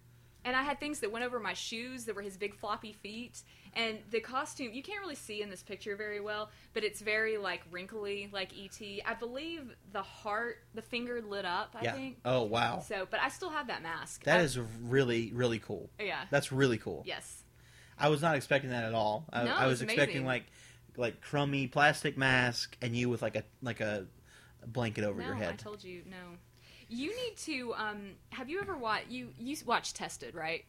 and I had things that went over my shoes that were his big floppy feet. And the costume, you can't really see in this picture very well, but it's very like wrinkly, like ET. I believe the heart, the finger lit up, I yeah. think. Oh wow. So, but I still have that mask. That I- is really really cool. Yeah. That's really cool. Yes. I was not expecting that at all. I, No, I was it's amazing. expecting like like crummy plastic mask and you with like a like a blanket over no, your I head. told you no. You need to. Um, have you ever watched? You you watched Tested, right?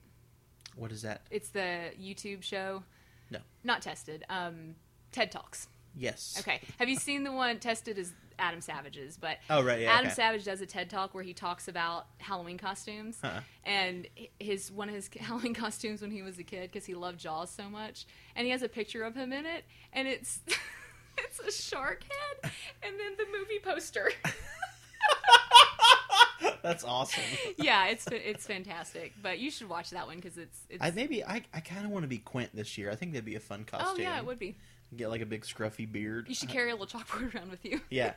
What is that? It's the YouTube show. No. Not Tested. Um, TED Talks. Yes. Okay. Have you seen the one Tested is Adam Savage's, but Oh right. Yeah. Adam okay. Savage does a TED talk where he talks about Halloween costumes Uh-uh. and his one of his (laughs) Halloween costumes when he was a kid because he loved Jaws so much, and he has a picture of him in it, and it's (laughs) it's a shark head, and then the movie poster. (laughs) (laughs) That's (laughs) awesome. yeah, it's fa- it's fantastic, but you should watch that one because it's it's. I maybe I, I kind of want to be Quint this year. I Uh-huh. think that'd be a fun costume. Oh yeah, it would be. Get like a big scruffy beard. You should carry a little chalkboard (laughs) around with you. (laughs) yeah,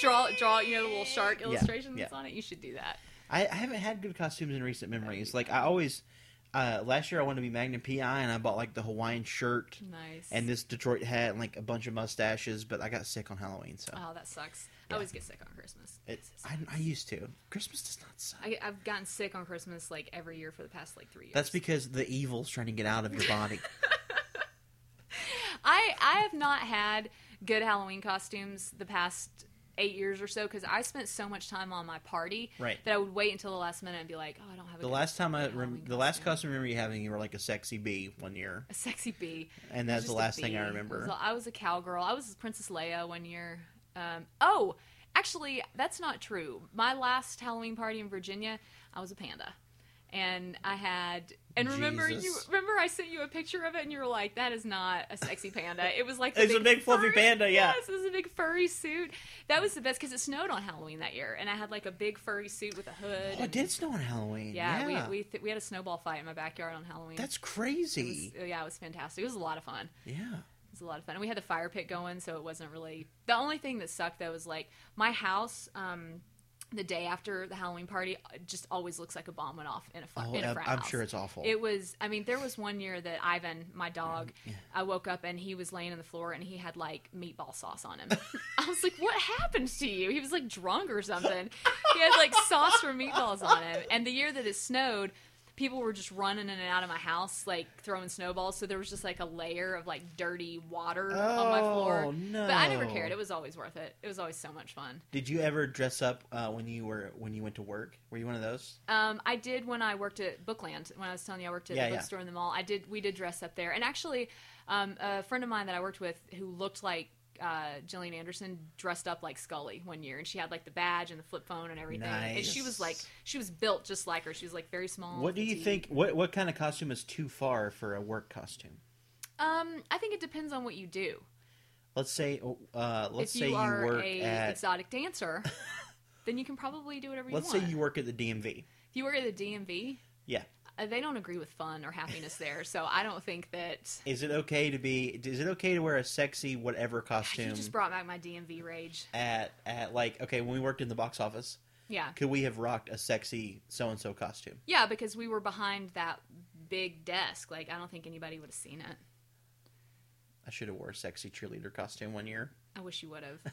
draw, draw. You know the little shark illustration that's yeah. on it. You should do that. I, I haven't had good costumes in recent memories. Like I always, uh, last year I wanted to be Magnum PI, and I bought like the Hawaiian shirt Nice. and this Detroit hat and like a bunch of mustaches. But I got sick on Halloween, so oh, that sucks. Yeah. I always get sick on Christmas. it's I, I used to. Christmas does not suck. I, I've gotten sick on Christmas like every year for the past like three years. That's because the evil's trying to get out of your (laughs) body. I I have not had good Halloween costumes the past eight years or so because I spent so much time on my party Right. that I would wait until the last minute and be like, oh, I don't have a the good last time I rem- Halloween the last costume I remember you having, you were like a sexy bee one year, a sexy bee. and It that's was the just a last thing I bee. remember. It was- I was a cowgirl. I was Princess Leia one year. Um, oh, actually, that's not true. My last Halloween party in Virginia, I was a panda. And I had, and remember you Jesus. remember I sent you a picture of it, and you were like, "That is not a sexy panda. It was (laughs) like the It's a big fluffy furry- panda, yeah. Yes, it was a big furry suit. That was the best because it snowed on Halloween that year, and I had like a big furry suit with a hood. Oh, it and- did snow on Halloween. Yeah, we we, th- we had a snowball fight in my backyard on Halloween. That's It crazy. was- yeah, it was fantastic. It was a lot of fun. Yeah. It was a lot of fun. And we had the fire pit going, so it wasn't really. The only thing that sucked though was like my house. Um, the day after the Halloween party, uh, just always looks like a bomb went off in a fire. Oh, in a I'm- frat I'm house. sure it's awful. It was. I mean, there was one year that Ivan, my dog, I woke up and he was laying on the floor and he had like meatball sauce on him. (laughs) I was like, "What happened to you?" He was like drunk or something. He had like sauce from meatballs on him. And the year that it snowed. People were just running in and out of my house, like throwing snowballs. So there was just like a layer of like dirty water on my floor. Oh, no. But I never cared. It was always worth it. It was always so much fun. Did you ever dress up uh, when you were when you went to work? Were you one of those? Um, I did when I worked at Bookland. When I was telling you I worked at Yeah, the yeah. bookstore in the mall, I did. We did dress up there, and actually, um, a friend of mine that I worked with who looked like uh, Gillian Anderson dressed up like Scully one year, and she had like the badge and the flip phone and everything. And she was like, Nice. she was built just like her. She was like very small. What do you petite. think? What what kind of costume is too far for a work costume? Um, I think it depends on what you do. Let's say uh, let's if say you you are work a at exotic (laughs) dancer, then you can probably do whatever you let's say want. you work at the DMV. if you work at the DMV, Yeah, uh, they don't agree with fun or happiness there, so I don't think that. is it okay to be? Is it okay to wear a sexy whatever You costume just brought back my DMV rage. at at like okay when we worked in the box office? Yeah. Could we have rocked a sexy so and so costume? Yeah, because we were behind that big desk. Like, I don't think anybody would have seen it. I should have wore a sexy cheerleader costume one year. I wish you would (laughs) have.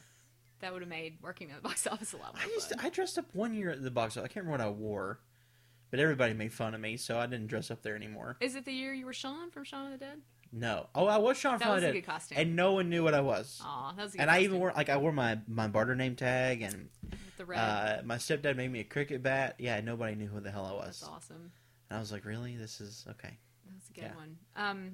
That would have made working at the box (laughs) office a lot more I used fun. to, I dressed up one year at the box office. I can't remember what I wore, but everybody made fun of me, so I didn't dress up there anymore. Is it the year you were Sean from Shaun of the Dead? No. Oh, I was Sean That Fry was a Dead, good costume. and no one knew what I was. Aw, that was a good and I even costume wore like I wore my my barter name tag, and with the red. uh, my stepdad made me a cricket bat. Yeah, nobody knew who the hell I was, That's awesome. and I was like, really, this is okay. That's a good Yeah. one. Um,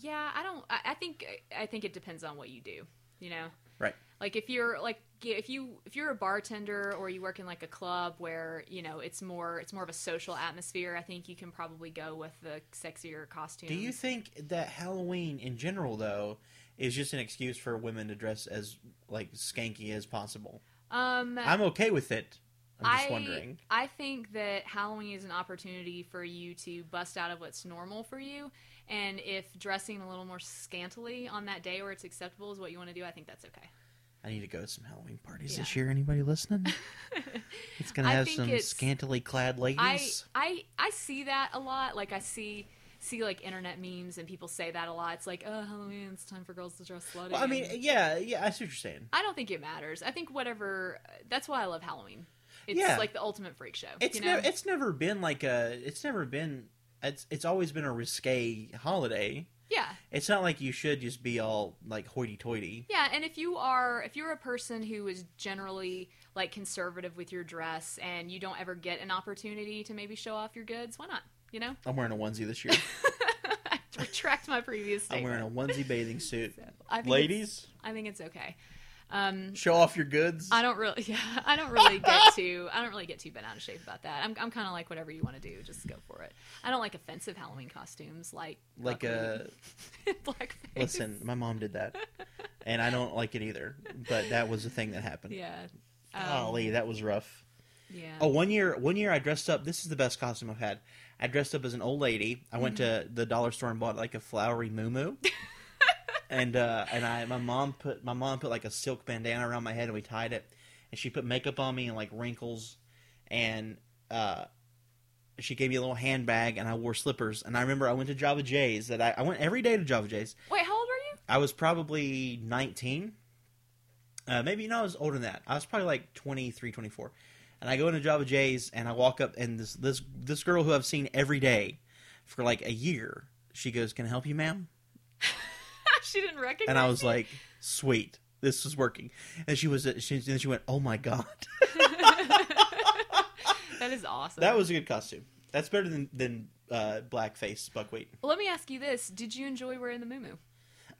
yeah, I don't. I, I think I think it depends on what you do. You know, Right. Like if you're like if you if you're a bartender or you work in like a club where you know it's more it's more of a social atmosphere. I think you can probably go with the sexier costumes. Do you think that Halloween in general though is just an excuse for women to dress as like skanky as possible? um, I'm okay with it. I'm just I- wondering. I think that Halloween is an opportunity for you to bust out of what's normal for you, and if dressing a little more scantily on that day where it's acceptable is what you want to do, I think that's okay. (laughs) I need to go to some Halloween parties Yeah. this year. Anybody (laughs) listening? it's gonna I have think some it's- scantily clad I ladies. I I see that a lot. Like I see see like internet memes and people say that a lot. It's like, oh Halloween, it's time for girls to dress slutty. well, I mean, eh, And yeah, yeah. I see what you're saying. I don't think it matters. I think whatever. That's why I love Halloween. It's Yeah. like the ultimate freak show. It's you know? never it's never been like a it's never been it's it's always been a risque holiday. yeah, It's not like you should just be all like hoity toity. yeah. And if you are if you're a person who is generally like conservative with your dress and you don't ever get an opportunity to maybe show off your goods, why not? You know, (laughs) I'm wearing a onesie this year. I retract my previous I'm statement. wearing a onesie bathing suit. (laughs) I think it's- Ladies, I think it's okay. Um, show off your goods. I don't really, (laughs) yeah, I don't really get too, I don't really get too bent out of shape about that. I'm, I'm kind of like whatever you want to do, just go for it. I don't like offensive Halloween costumes, like like buckwheat, a (laughs) blackface. (laughs) listen, my mom did that. And I don't like it either. But that was the thing that happened. yeah, um, Golly, that was rough. yeah. Oh, one year, one year I dressed up. This is the best costume I've had. I dressed up as an old lady. I went to the dollar store and bought like a flowery (laughs) muumuu, and uh, and I my mom put my mom put like a silk bandana around my head and we tied it, and she put makeup on me and like wrinkles, and uh, she gave me a little handbag and I wore slippers. And I remember I went to Java J's that I, I went every day to Java J's. Wait, how old are you? (laughs) I was probably 19. Uh, maybe, no, I was older than that. I was probably like 23, 24. And I go into Java J's and I walk up, and this, this, this girl who I've seen every day for like a year, she goes, Can I help you, ma'am? she didn't recognize. And I was you? like, Sweet, this is working. And she was, she, and she went, Oh my God. (laughs) (laughs) that is awesome. That was a good costume. That's better than, than uh, blackface buckwheat. Well, let me ask you this: Did you enjoy wearing the muumuu?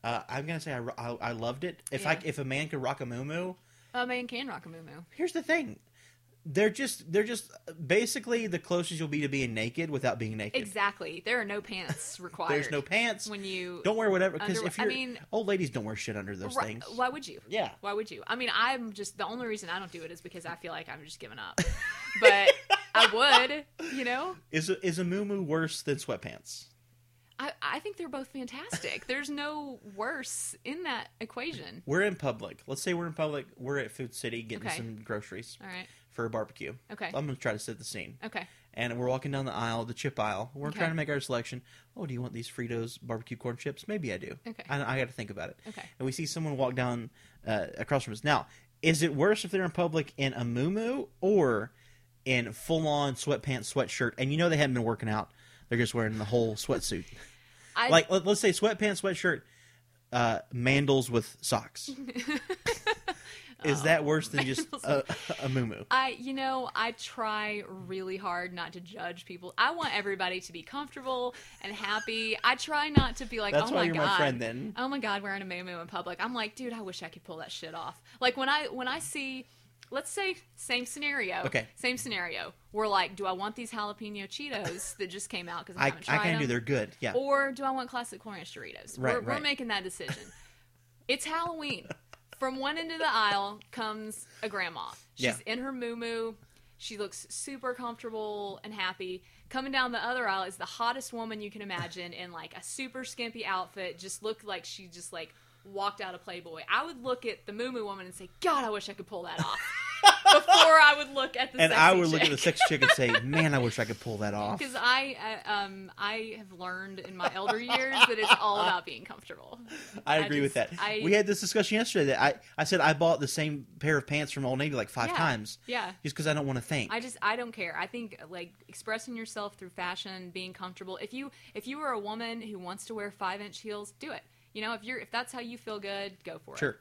Uh, I'm going to say I, ro- I, I loved it. If, I, Yeah. if a man could rock a moo A man can rock a muumuu. here's the thing they're just they're just basically the closest you'll be to being naked without being naked Exactly. There are no pants (laughs) required. there's no pants when you don't wear whatever because Underwear- if I you're mean- old ladies don't wear shit under those Ri- things Why would you? yeah Why would you? I mean, I'm just the only reason I don't do it is because I feel like I'm just (laughs) giving up. But I would, you know. is a, is a muumuu worse than sweatpants I, I think they're both fantastic. There's no worse in that equation. we're in public let's say we're in public we're at food city getting Okay. some groceries All right. for a barbecue Okay. i'm gonna try to set the scene Okay. and we're walking down the aisle the chip aisle we're Okay. trying to make our selection oh do you want these fritos barbecue corn chips maybe i do Okay. i, I gotta think about it Okay. and we see someone walk down uh, across from us. Now, is it worse if they're in public in a muumuu or in full on sweatpants, sweatshirt? And you know they haven't been working out; they're just wearing the whole sweatsuit. (laughs) I, like let, us say sweatpants, sweatshirt, uh, mandals with (laughs) socks. Oh, is that worse than just a, a muumuu? I, you know, I try really hard not to judge people. I want everybody to be comfortable and happy. I try not to be like, That's oh why my you're god, my friend then. oh my god, wearing a muumuu in public. I'm like, dude, I wish I could pull that shit off. Like when I when I see, let's say, same scenario. Okay. Same scenario. We're like, do I want these jalapeno Cheetos that just came out because I, I, I haven't tried kind of do. them? They're good. Yeah. or do I want classic corn ranch Doritos? Right, we're, we're right. making (laughs) that decision. it's Halloween. From one end of the aisle comes a grandma. She's Yeah. in her muumuu. She looks super comfortable and happy. Coming down the other aisle is the hottest woman you can imagine in like a super skimpy outfit. Just looked like she just like walked out of Playboy. I would look at the muumuu woman and say, "God, I wish I could pull (laughs) that off." Before I would look at the and sexy I would look chick. at the sex chick and say, "Man, I wish I could (laughs) pull that off." Because I, I, um, I have learned in my elder years that it's all about being comfortable. I I agree with that. just- I- we had this discussion yesterday that I, I said I bought the same pair of pants from Old Navy like five Yeah. times Yeah. just because I don't want to think. I just I don't care. I think like expressing yourself through fashion, being comfortable. If you if you are a woman who wants to wear five inch heels, do it. You know, if you're if that's how you feel good, go for it. sure.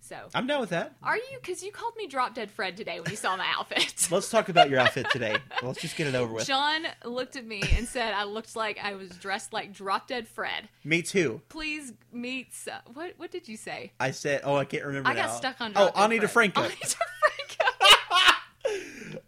So I'm down with that. are you? Because you called me drop dead Fred today when you saw my (laughs) outfit. Let's talk about your outfit today. (laughs) Let's just get it over with. John looked at me and said I looked like I was dressed like drop dead Fred. Me too. Please meet. So, what what did you say? I said, oh, I can't remember I got now. stuck on. Oh, Drop Dead Ani Fred. DeFranco. Ani (laughs) DeFranco. (laughs)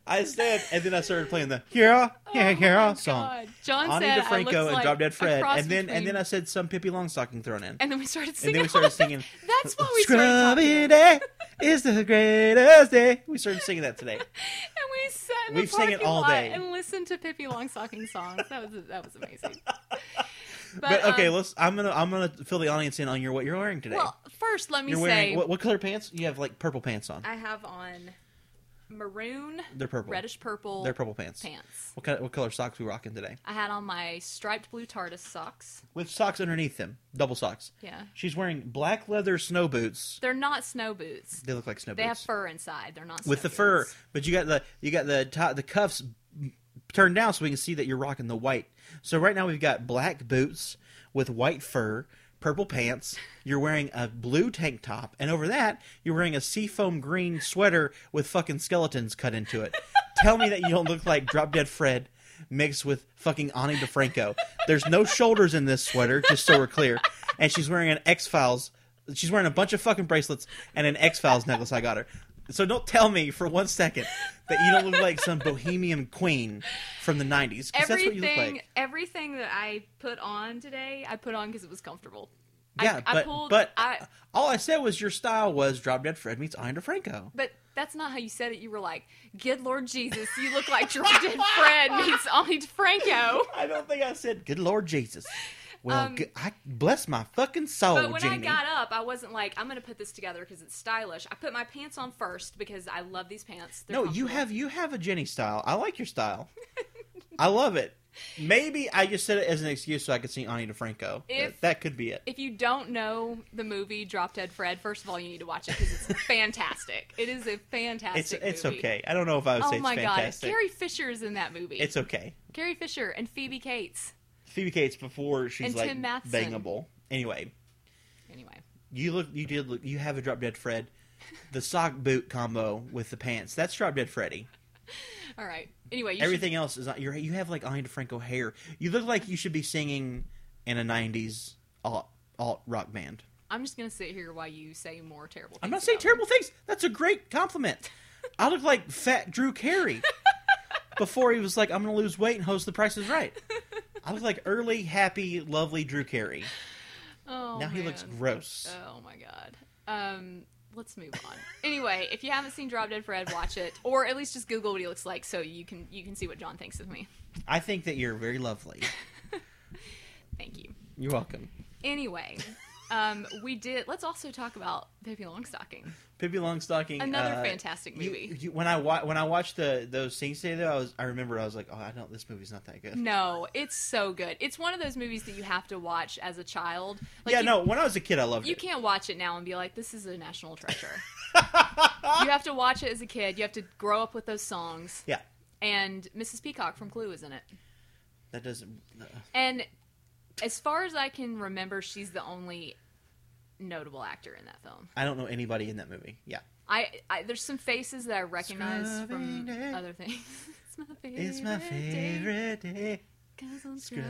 I said, and then I started playing the Hero, yeah, Hero Oh my song. God. John Ani said I DeFranco looked and like Drop Dead a Fred. cross And then and between- then I said some Pippi Longstocking thrown in. and then we started And singing. then we started singing. (laughs) That's what we started Scrubby talking. day is the greatest day. We started singing that (laughs) today. And we sat in We've the sang parking it all lot day. and listened to Pippi Longstocking songs. That was that was amazing. (laughs) But, okay, um, let's. I'm gonna I'm gonna fill the audience in on your what you're wearing today. well, first let me you're say wearing what, what color pants? You have like purple pants on. I have on maroon, They're purple. reddish purple They're purple pants. pants. What kind? What color socks we rocking today? I had on my striped blue TARDIS socks. With socks underneath them, double socks. Yeah. She's wearing black leather snow boots. They're not snow boots. They look like snow They have boots fur inside. They're not snow with the fur, boots. but you got the you got the top, the cuffs turned down so we can see that you're rocking the white. So right now we've got black boots with white fur, purple pants. You're wearing a blue tank top, and over that you're wearing a seafoam green sweater with fucking skeletons cut into it. Tell me that you don't look like Drop Dead Fred mixed with fucking Ani DeFranco. There's no shoulders in this sweater, just so we're clear. And she's wearing an X Files. She's wearing a bunch of fucking bracelets and an X Files necklace I got her. So don't tell me for one second that you don't look like some bohemian queen from the 90s. Because that's what you look Everything, like. everything that I put on today, I put on because it was comfortable. Yeah, I, but, I pulled, but I, all I said was your style was Drop Dead Fred meets Ani DeFranco. but that's not how you said it. You were like, "Good Lord Jesus, you look like Jordan Fred meets (laughs) Ani DeFranco." I don't think I said, good Lord Jesus. Well, Um, g I bless my fucking soul, But when I Jeannie. got up, I wasn't like, "I'm going to put this together because it's stylish." I put my pants on first because I love these pants. They're No, you comfortable. have you have a Jenny style. I like your (laughs) style. I love it. Maybe I just said it as an excuse so I could see Ani DeFranco. If- that could be it. If you don't know the movie Drop Dead Fred, first of all, you need to watch it (laughs) because it's fantastic. It is a It's fantastic. it's movie. okay. I don't know if I would Oh say it's my fantastic. god, Carrie Fisher is in that movie. It's okay. Carrie Fisher and Phoebe Cates. Phoebe Cates before she's And like Tim Matheson. bangable. Anyway, Anyway, you look you did look you have a drop dead Fred. The sock boot combo with the pants. That's drop dead Freddy. all right. Anyway, you Everything else is you're, you have like Ani DeFranco hair. You look like you should be singing in a 90s alt, alt rock band. should- I'm just gonna sit here while you say more terrible. Things I'm not saying about terrible things. That's a great compliment. I look like fat Drew (laughs) Carey before he was like, I'm going to lose weight and host The Price is Right. I look like early, happy, lovely Drew Carey. me. Oh, now he looks man. gross. Oh my god. Um, let's move on. anyway, if you haven't seen Drop Dead Fred, watch it, or at least just Google what he looks like so you can you can see what John thinks of me. I think that you're very lovely. Thank you. You're welcome. Anyway, um, we did. Let's also talk about Pippi Longstocking. Pippi Longstocking, Another uh, fantastic you- movie. you- when I wa- when I watched the those scenes today, though, I was I remember I was like, oh, I don't. This movie's not that good. No, it's so good. It's one of those movies that you have to watch as a child. Like yeah, you, no. When I was a kid, I loved You it. can't watch it now and be like, this is a national treasure. you have to watch it as a kid. You have to grow up with those songs. yeah, And Mrs. Peacock from Clue is in it. (laughs) that doesn't. uh, And as far as I can remember, she's the only notable actor in that film. I don't know anybody in that movie. Yeah, I, I there's some faces that I recognize Scrubbing from day. other things. (laughs) it's my favorite. it's my Day, favorite day. 'cause on Scrubbing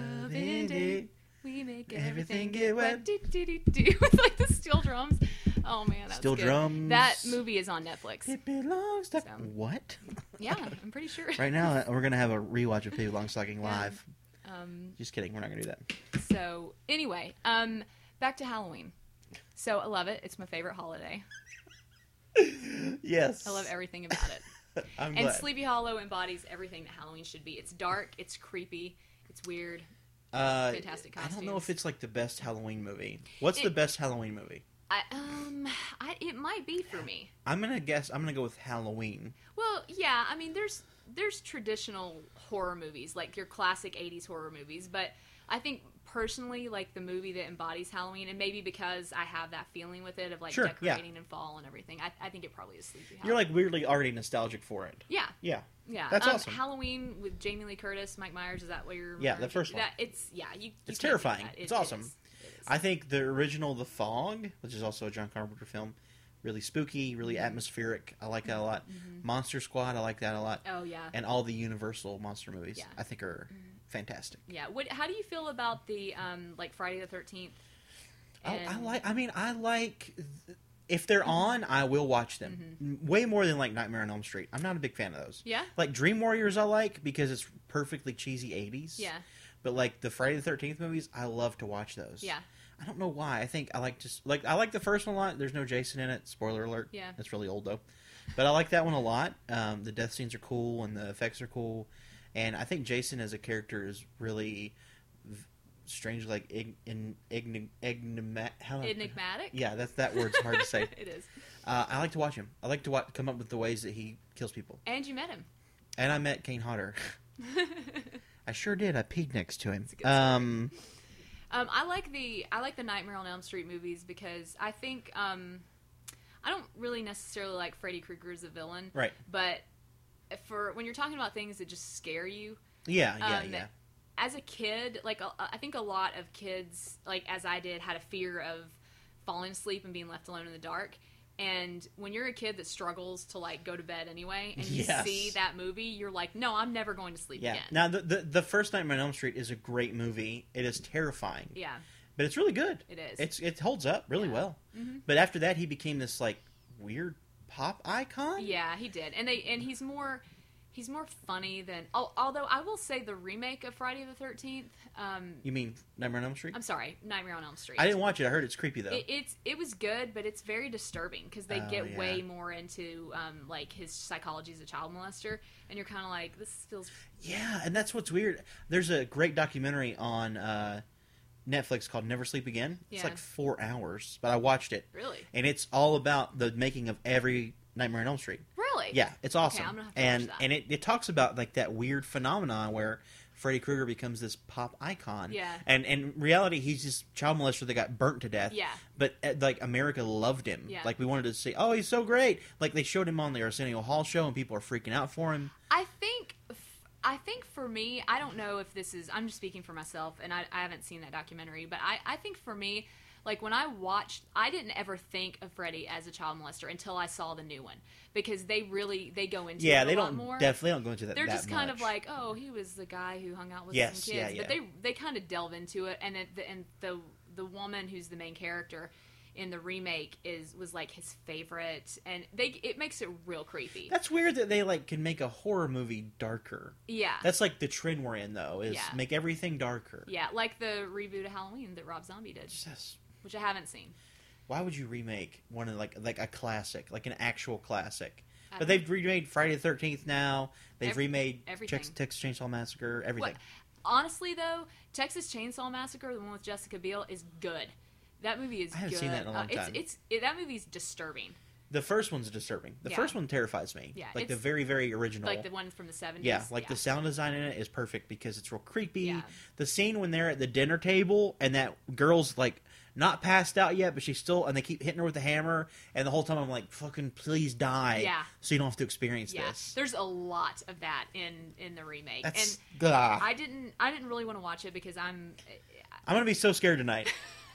day. scrubbing day. We make Everything everything, get get wet. wet. Do, do, do, do. (laughs) With like the steel drums. Oh man, that's Steel good. drums. That movie is on Netflix. It belongs to So- what? Yeah, I'm pretty sure. Right now, uh, we're gonna have a rewatch of Pippi Longstocking live. Um, Just kidding, we're not gonna do that. so anyway, um, back to Halloween. So I love it. It's my favorite holiday. Yes, I love everything about it. (laughs) I'm And glad. Sleepy Hollow embodies everything that Halloween should be. It's dark. It's creepy. It's weird. uh, fantastic I don't know costumes. if it's like the best Halloween movie. What's the It- best Halloween movie? I, um, I, it might be for me. I'm gonna guess. I'm gonna go with Halloween. Well, yeah. I mean, there's there's traditional horror movies like your classic '80s horror movies, but I think personally, like the movie that embodies Halloween, and maybe because I have that feeling with it of like Sure, yeah. decorating and fall and everything, I, I think it probably is Sleepy Hollow. You're like weirdly already nostalgic for it. yeah, Yeah, yeah. That's um, awesome. Halloween with Jamie Lee Curtis, Mike Myers. Is that what you're? Yeah, referring the to? first one. That, it's yeah. You, you It's can't beat terrifying. that. It's awesome. is. It is. I think the original The Fog, which is also a John Carpenter film, really spooky, really Mm-hmm. atmospheric. I like that a lot. Monster Squad, I like that a lot. Oh yeah, And all the Universal monster movies, Yeah. Mm-hmm. I think, are fantastic. yeah. What? How do you feel about the um like Friday the Thirteenth? I, I like. I mean, I like. th- If they're Mm-hmm. on, I will watch them M- way more than like Nightmare on Elm Street. I'm not a big fan of those. Yeah. Like Dream Warriors, I like because it's perfectly cheesy '80s. Yeah. But like the Friday the Thirteenth movies, I love to watch those. Yeah. I don't know why. I think I like just like I like the first one a lot. There's no Jason in it. Spoiler alert. Yeah. It's really old though, but I like that one a lot. Um, the death scenes are cool and the effects are cool, and I think Jason as a character is really v- strange, like ig- in, ign, ignima- how, Enigmatic. Uh, Yeah, that's that word's hard to say. (laughs) it is. Uh, I like to watch him. I like to wa come up with the ways that he kills people. And you met him. And I met Kane Hodder. (laughs) I sure did. I peed next to him. a good story. Um, Um, I like the I like the Nightmare on Elm Street movies because I think um, I don't really necessarily like Freddy Krueger as a villain, right. but for when you're talking about things that just scare you, Yeah, yeah, Um, yeah. as a kid, like a- I think a lot of kids, like as I did, had a fear of falling asleep and being left alone in the dark. And when you're a kid that struggles to like go to bed anyway, and you Yes. see that movie, you're like, no, I'm never going to sleep Yeah. again. Now, the, the, the first Nightmare on Elm Street is a great movie. It is terrifying, yeah, but it's really good. it is. It's It holds up really Yeah. well. Mhm. But after that, he became this, like, weird pop icon? Yeah, he did, and they and he's more he's more funny than. al- Although I will say the remake of Friday the Thirteenth. Um, You mean Nightmare on Elm Street? I'm sorry, Nightmare on Elm Street. I didn't watch it. I heard it's creepy, though. It, it's it was good, but it's very disturbing because they Oh, get yeah. way more into um, like his psychology as a child molester, and you're kind of like, this feels Yeah, and that's what's weird. There's a great documentary on uh, Netflix called Never Sleep Again. It's Yeah. like four hours, but I watched it, really, and it's all about the making of every Nightmare on Elm Street. really, Yeah, it's awesome. I'm gonna have to and watch that. and it, it talks about like that weird phenomenon where Freddy Krueger becomes this pop icon. Yeah. And and in reality, he's just child molester that got burnt to death. yeah, But uh, like America loved him. Yeah. Like we wanted to see, oh, he's so great. Like they showed him on the Arsenio Hall show, and people are freaking out for him. I think. I think for me, I don't know if this is. I'm just speaking for myself, and I, I haven't seen that documentary. But I, I think for me, like when I watched, I didn't ever think of Freddy as a child molester until I saw the new one because they really they go into Yeah, it a they lot don't more. definitely don't go into that. They're that just kind of much. like, oh, he was the guy who hung out with Yes, some yeah, kids, but yeah. they they kind of delve into it, and it, the, and the the woman who's the main character in the remake is was like his favorite, and they it makes it real creepy. That's weird that they like can make a horror movie darker. yeah, That's like the trend we're in though, is Yeah. make everything darker. yeah, like the reboot of Halloween that Rob Zombie did, Just that's- which I haven't seen. why would you remake one of like like a classic, like an actual classic? I But don't- they've remade Friday the Thirteenth now. They've Ev- remade everything. Texas, Texas Chainsaw Massacre. Everything. honestly though, Texas Chainsaw Massacre, the one with Jessica Biel, is good. That movie is I haven't good. seen that in a long Uh, it's, time. It's it, that movie's disturbing, The first one's disturbing. The Yeah. first one terrifies me. Yeah, like the it's- very very original. like the one from the seventies. yeah, like the sound design in it is perfect because it's real creepy. Yeah. The scene when they're at the dinner table and that girl's like not passed out yet, but she's still, and they keep hitting her with a hammer, and the whole time I'm like, "Fucking please die!" Yeah. so you don't have to experience Yeah, this. there's a lot of that in in the remake, and That's God. I didn't. I didn't really want to watch it because I'm. I'm gonna be so scared tonight.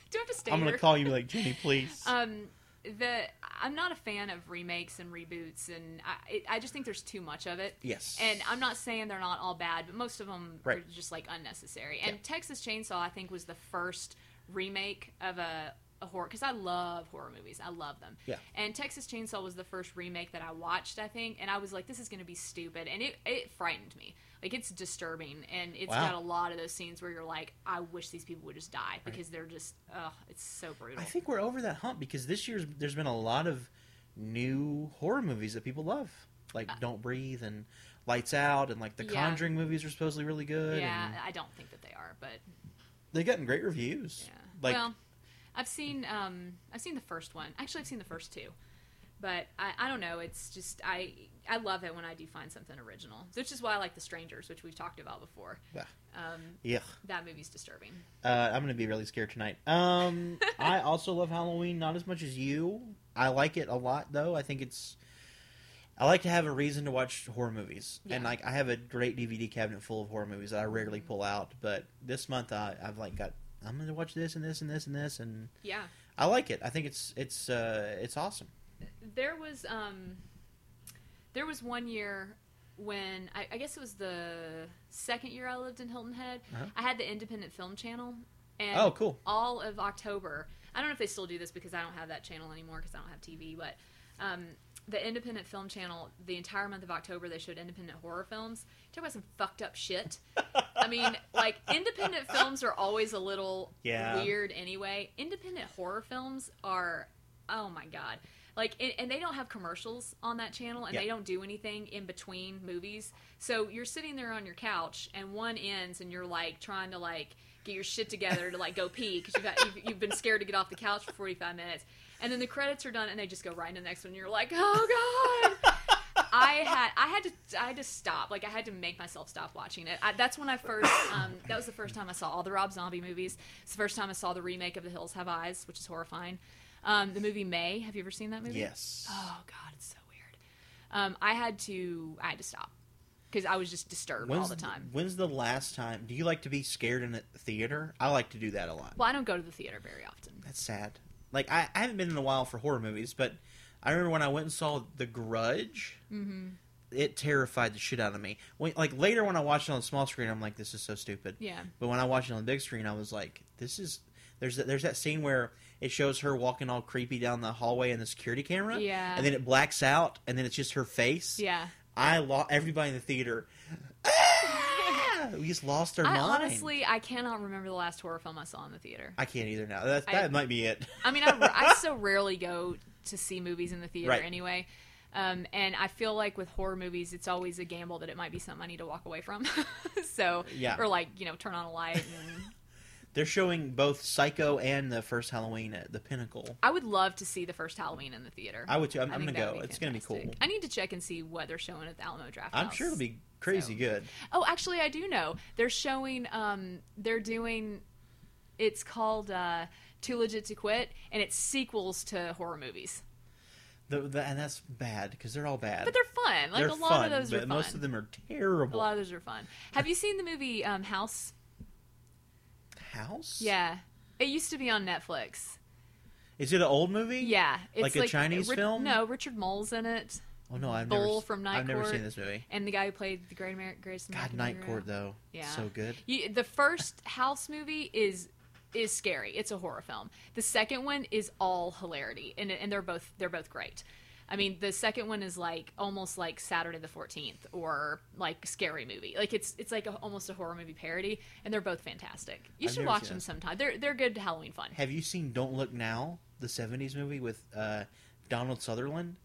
Do I have to stay I'm gonna here? call you and be like, Jenny, please. Um, the I'm not a fan of remakes and reboots, and I it, I just think there's too much of it. yes, And I'm not saying they're not all bad, but most of them are Right. just like unnecessary. And Texas Chainsaw, I think, was the first remake of a, a horror because I love horror movies. I love them. Yeah. And Texas Chainsaw was the first remake that I watched, I think, and I was like, this is going to be stupid, and it it frightened me. Like it's disturbing, and it's Wow. got a lot of those scenes where you're like, I wish these people would just die because they're just, ugh, it's so brutal. I think we're over that hump because this year's there's been a lot of new horror movies that people love, like Don't Breathe and Lights Out, and like the Uh, Yeah. Conjuring movies are supposedly really good. yeah, and I don't think that they are, but they've gotten great reviews. Yeah. Like well, I've seen um, I've seen the first one. Actually, I've seen the first two, but I, I don't know. It's just I I love it when I do find something original, which is why I like The Strangers, which we've talked about before. Yeah. Um, Yeah, that movie's disturbing. uh, I'm gonna be really scared tonight. (laughs) Um, I also love Halloween, not as much as you. I like it a lot, though. I think it's. I like to have a reason to watch horror movies, and Yeah. Mm-hmm. like I have a great DVD cabinet full of horror movies that I rarely pull out. But this month, I, I've like got. I'm gonna watch this and this and this and this, and Yeah, I like it. I think it's it's uh, it's awesome. there was um, there was one year when I, I guess it was the second year I lived in Hilton Head. Uh-huh. I had the independent film channel, and oh, cool. all of October. I don't know if they still do this because I don't have that channel anymore because I don't have TV, but um, the Independent Film Channel, the entire month of October, they showed independent horror films. Talk about some fucked up shit. I (laughs) mean, like, independent films are always a little Yeah. weird anyway. Independent horror films are, oh my God. Like, and, and they don't have commercials on that channel and they Yeah. don't do anything in between movies. So you're sitting there on your couch and one ends and you're like trying to, like, get your shit together to like go pee because you've, got- you've, you've been scared to get off the couch for 45 minutes. And then the credits are done and they just go right into the next one. And you're like, oh god. I had I had to I had to stop. Like I had to make myself stop watching it. I, that's when I first um, that was the first time I saw all the Rob Zombie movies. It's the first time I saw the remake of The Hills Have Eyes, which is horrifying. Um, the movie May. Have you ever seen that movie? Yes. Oh god, it's so weird. Um, I had to I had to stop because I was just disturbed all the time. When's the last time? Do you like to be scared in a theater? I like to do that a lot. Well, I don't go to the theater very often. That's sad. Like I, I haven't been in a while for horror movies, but I remember when I went and saw The Grudge. Mm-hmm. It terrified the shit out of me. When, like later when I watched it on the small screen, I'm like, this is so stupid. Yeah. But when I watched it on the big screen, I was like, this is there's that, there's that scene where it shows her walking all creepy down the hallway in the security camera. Yeah. And then it blacks out, and then it's just her face. Yeah. I lost everybody in the (laughs) theater. "Ah!" we just lost our I mind. honestly I cannot remember the last horror film I saw in the theater. I can't either now. That I- that might be it. I mean, I, I so rarely go to see movies in the theater Right. anyway. Um, and I feel like with horror movies, it's always a gamble that it might be something I need to walk away from. (laughs) so, Yeah. or like, you know, turn on a light. And (laughs) They're showing both Psycho and the first Halloween at the Pinnacle. I would love to see the first Halloween in the theater. I would too. I'm, I I'm think gonna that would go. be It's gonna be cool. fantastic. I need to check and see what they're showing at the Alamo Draft I'm sure it'll be crazy So- good. Oh, actually, I do know. They're showing. Um, they're doing. It's called uh, Too Legit to Quit, and it's sequels to horror movies. The, the, and that's bad because they're all bad. But they're fun. Like They're a lot fun, of those but are fun. most of them are A terrible. lot of those are fun. Have you seen the movie um, House? House? Yeah. It used to be on Netflix. Is it an old movie? Yeah. It's Like a Chinese Ri- film? No, Richard Mole's in it, Oh no, I've Bull never. from Night I've never Court. seen this movie. and the guy who played the Great American Greatest God, American Night Hero. Court though. Yeah. So good. You, the first House movie is is scary. It's a horror film. The second one is all hilarity, and and they're both they're both great. I mean, the second one is like almost like Saturday the Fourteenth or like Scary Movie. Like it's it's like a, almost a horror movie parody, and they're both fantastic. You I've should never watch seen them those. sometime. They're they're good Halloween fun. Have you seen Don't Look Now, the '70s movie with uh, Donald Sutherland,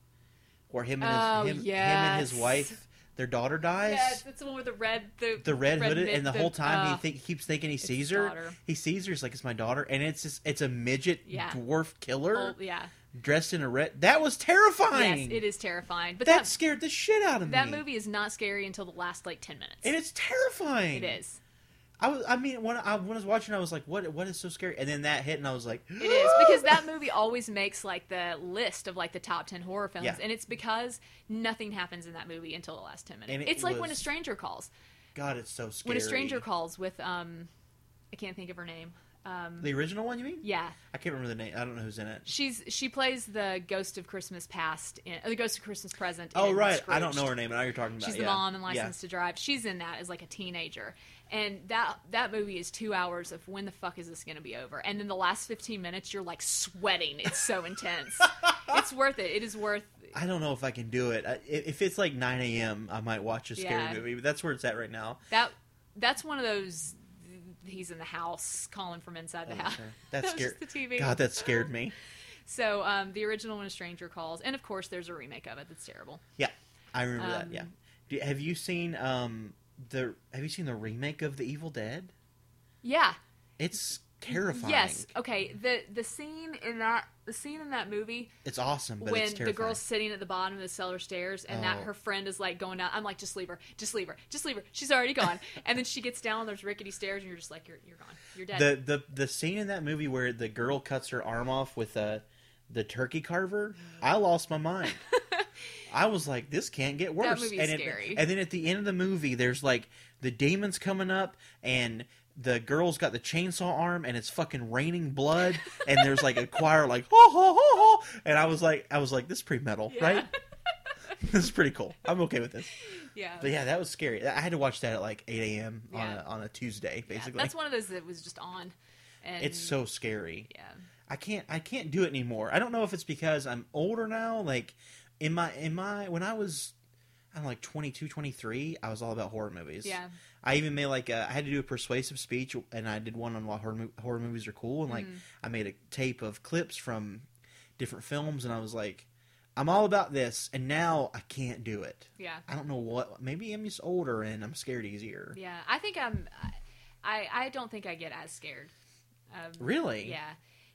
where him and his, Oh, him, him and his yes. wife, their daughter dies. Yes, that's the one with the red the The red, hooded, mitt, and the whole time uh, he, think, he keeps thinking he sees his her. daughter. He sees her. He's like, "It's my daughter," and it's just, it's a midget Yeah. dwarf killer oh, yeah. dressed in a red. That was terrifying. Yes, it is terrifying. But That that scared the shit out of that me. movie is not scary until the last like ten minutes. and it's terrifying. It is. I was. I mean, when I, when I was watching, I was like, "What? What is so scary?" And then that hit, and I was like, It is (gasps) because that movie always makes like the list of like the top ten horror films, Yeah. and it's because nothing happens in that movie until the last ten And minutes. it it's like when a was stranger calls. God, it's so scary." When a stranger calls with um, I can't think of her name. Um, the original one, you mean? yeah, I can't remember the name. I don't know who's in it. she's she plays the ghost of Christmas past, in, or the ghost of Christmas present. Oh in right, I don't know Scrooged. her name. I know you're talking about. She's the yeah. mom in Yeah. License to Drive. She's in that as like a teenager, and that that movie is two hours of when the fuck is this going to be over? And then the last fifteen minutes, you're like sweating. It's (laughs) so intense. it's worth it. It is worth. I don't know if I can do it. I, i- if it's like 9 a.m., I might watch a scary Yeah. movie, but that's where it's at right now. That that's one of those. He's in the house calling from inside the Oh, house. okay. That's That was scary. (laughs) just the TV. God, that scared me. So um, the original when a stranger calls, and of course there's a remake of it that's terrible. Yeah, I remember that. Um, Yeah. Do, have you seen um the Have you seen the remake of The Evil Dead? Yeah, It's terrifying. yes, okay. the The scene in that the scene in that movie it's awesome, but it's when terrifying. the girl's sitting at the bottom of the cellar stairs and that Oh. her friend is like going down. I'm like, just leave her, just leave her, just leave her. She's (laughs) already gone. and then she gets down there's rickety stairs and you're just like, you're you're gone, you're dead. the the the scene in that movie where the girl cuts her arm off with a the turkey (laughs) carver, I lost my mind. I was like, this can't get worse. movie's and it- scary. and then at the end of the movie, there's like the demons coming up, and the girl's got the chainsaw arm, and it's fucking raining blood, and there's (laughs) like a choir like ho ho ho ho, and I was like, I was like, this is pretty metal, Yeah. (laughs) right? this is pretty cool. I'm okay with this. yeah. But yeah, that was scary. I had to watch that at like 8 a.m. on Yeah. a, on a Tuesday, Yeah, basically. that's one of those that was just on. And it's so scary. yeah. I can't I can't do it anymore. I don't know if it's because I'm older now like in my in my when I was I'm like 22, 23, I was all about horror movies. Yeah. I even made like a, I had to do a persuasive speech and I did one on why horror, mo- horror movies are cool and like Mm-hmm. I made a tape of clips from different films and I was like I'm all about this and now I can't do it. Yeah. I don't know what maybe I'm just older and I'm scared easier. Yeah, I think I'm. I- I I don't think I get as scared. Um, Really? Yeah.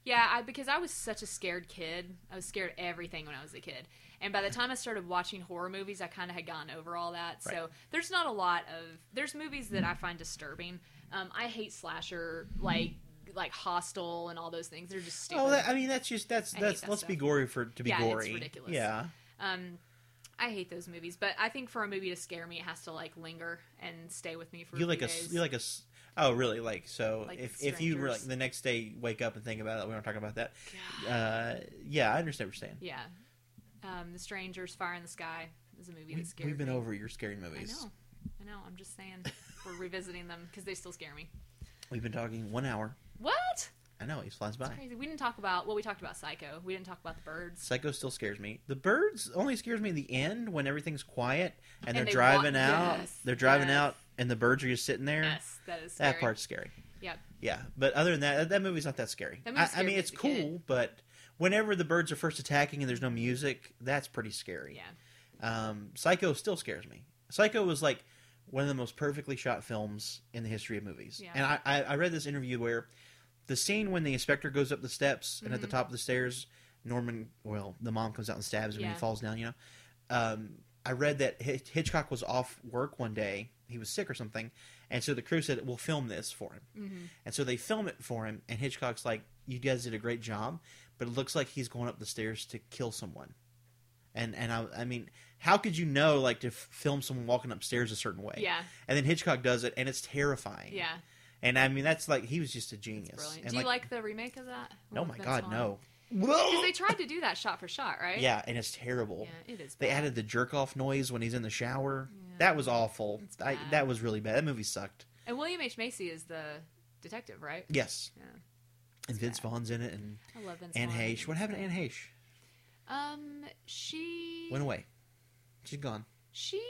Yeah, I, because I was such a scared kid. I was scared of everything when I was a kid. And by the Mm-hmm. time I started watching horror movies, I kind of had gotten over all that. So Right. Mm-hmm. there's not a lot of there's movies that I find disturbing. Um, I hate slasher like like Hostel and all those things. They're just stupid. Oh, that, I mean, that's just that's I hate that's that let's be stuff. gory for to be Yeah, it's gory. ridiculous. Yeah, um, I hate those movies, but I think for a movie to scare me, it has to like linger and stay with me for. you a like a few s- days. you like a s- oh really like so Like if if you were strangers. like the next day wake up and think about it, we weren't talking about that. God. Uh, yeah, I understand what you're saying. Yeah. Um, the Strangers, Fire in the Sky is a movie We, that scared have been me. over your scary I movies. know. I know. I'm just saying we're revisiting them because they still scare me. We've been talking one hour. What? I know it flies It's by. crazy. We didn't talk about well, we talked about Psycho. We didn't talk about the birds. Psycho still scares me. The birds only scares me in the end when everything's quiet and, And they're they driving walk- out. yes, they're driving yes. out, and the birds are just sitting there. Yes, that is scary. That part's scary. Yep. Yeah, but other than that, that movie's not that scary. That movie I, I scared mean, me it's as a cool, kid. but whenever the birds are first attacking and there's no music, that's pretty scary. Yeah. Um, Psycho still scares me. Psycho was like one of the most perfectly shot films in the history of movies. Yeah. And I, I, I read this interview where the scene when the inspector goes up the steps and at the Mhm. top of the stairs, Norman, well, the mom comes out and stabs him and Yeah. he falls down, you know. Um, I read that Hitch- Hitchcock was off work one day. He was sick or something. And so the crew said, we'll film this for him. hmm And so they film it for him, and Hitchcock's like, "You guys did a great job, but it looks like he's going up the stairs to kill someone." And and I, I mean, how could you know like to f- film someone walking upstairs a certain way? Yeah. And then Hitchcock does it, and it's terrifying. Yeah. And I mean, that's like he was just a It's genius. brilliant. And, Do you like, the remake of that? Oh With my Vince God, Vaughn? no. 'Cause they tried to do that shot for shot, right? Yeah, and it's terrible. Yeah, it is. They bad. added the jerk off noise when he's in the shower. Yeah. That was awful. It's I, bad. that was really bad. That movie sucked. And William H Macy is the detective, right? Yes. Yeah. And It's Vince bad. Vaughn's in it, and I love Vince Anne Vaughn. Heche. What happened to Anne Heche? Um, she Went away. She's gone. (laughs) She.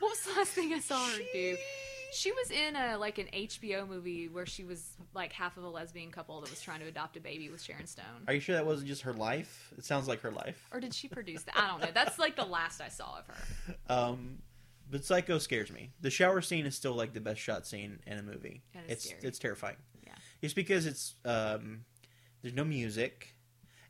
what was the last thing I saw her do? She was in a like an HBO movie where she was like half of a lesbian couple that was trying to adopt a baby with Sharon Stone. Are you sure that wasn't just her life? It sounds like her life. Or did she produce that? I don't know. That's like the last I saw of her. Um, but Psycho scares me. The shower scene is still like the best shot scene in a movie. That is it's scary. it's terrifying. Yeah. Just because it's um, there's no music,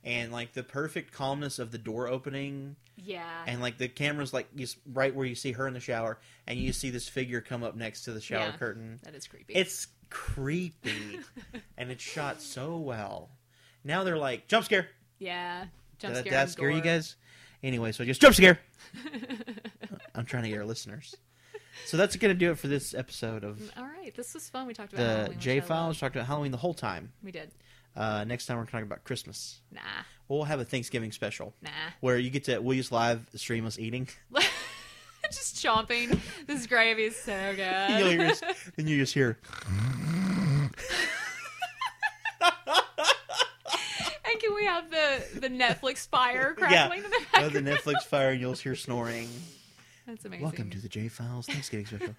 and like the perfect calmness of the door opening, Yeah. and like the camera's like just right where you see her in the shower, and you see this figure come up next to the shower Yeah. curtain. that is creepy. It's (laughs) creepy, and it's shot so well. Now they're like jump scare. yeah. Jump Did scare. that, that and scare you gore. guys? Anyway, so just jump scare. I'm trying to get our listeners. So that's going to do it for this episode of (laughs) All right. This was fun. We talked about the Halloween, which I J love. Files. Talked about Halloween the whole time. We did. Uh, next time we're talking about Christmas. Nah. We'll have a Thanksgiving special Nah. (laughs) where you get to we'll just live stream us eating. (laughs) Just chomping. This gravy is so (laughs) good. You'll hear us- then you just hear. (laughs) and can we have the the Netflix fire crackling in the Oh, background? the Netflix fire, and you'll hear snoring. That's amazing. Welcome to the J Files Thanksgiving (laughs) special.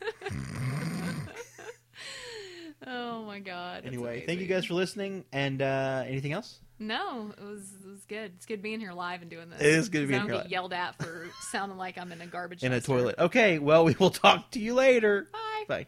Oh my god. that's anyway, thank you amazing. guys for listening. And uh, anything else? No, it was it was good. It's good being here live and doing this. It is good to be I in don't here get live. yelled at for sounding like I'm in a garbage In a dumpster. toilet. Okay. Well, we will talk to you later. Bye. Bye.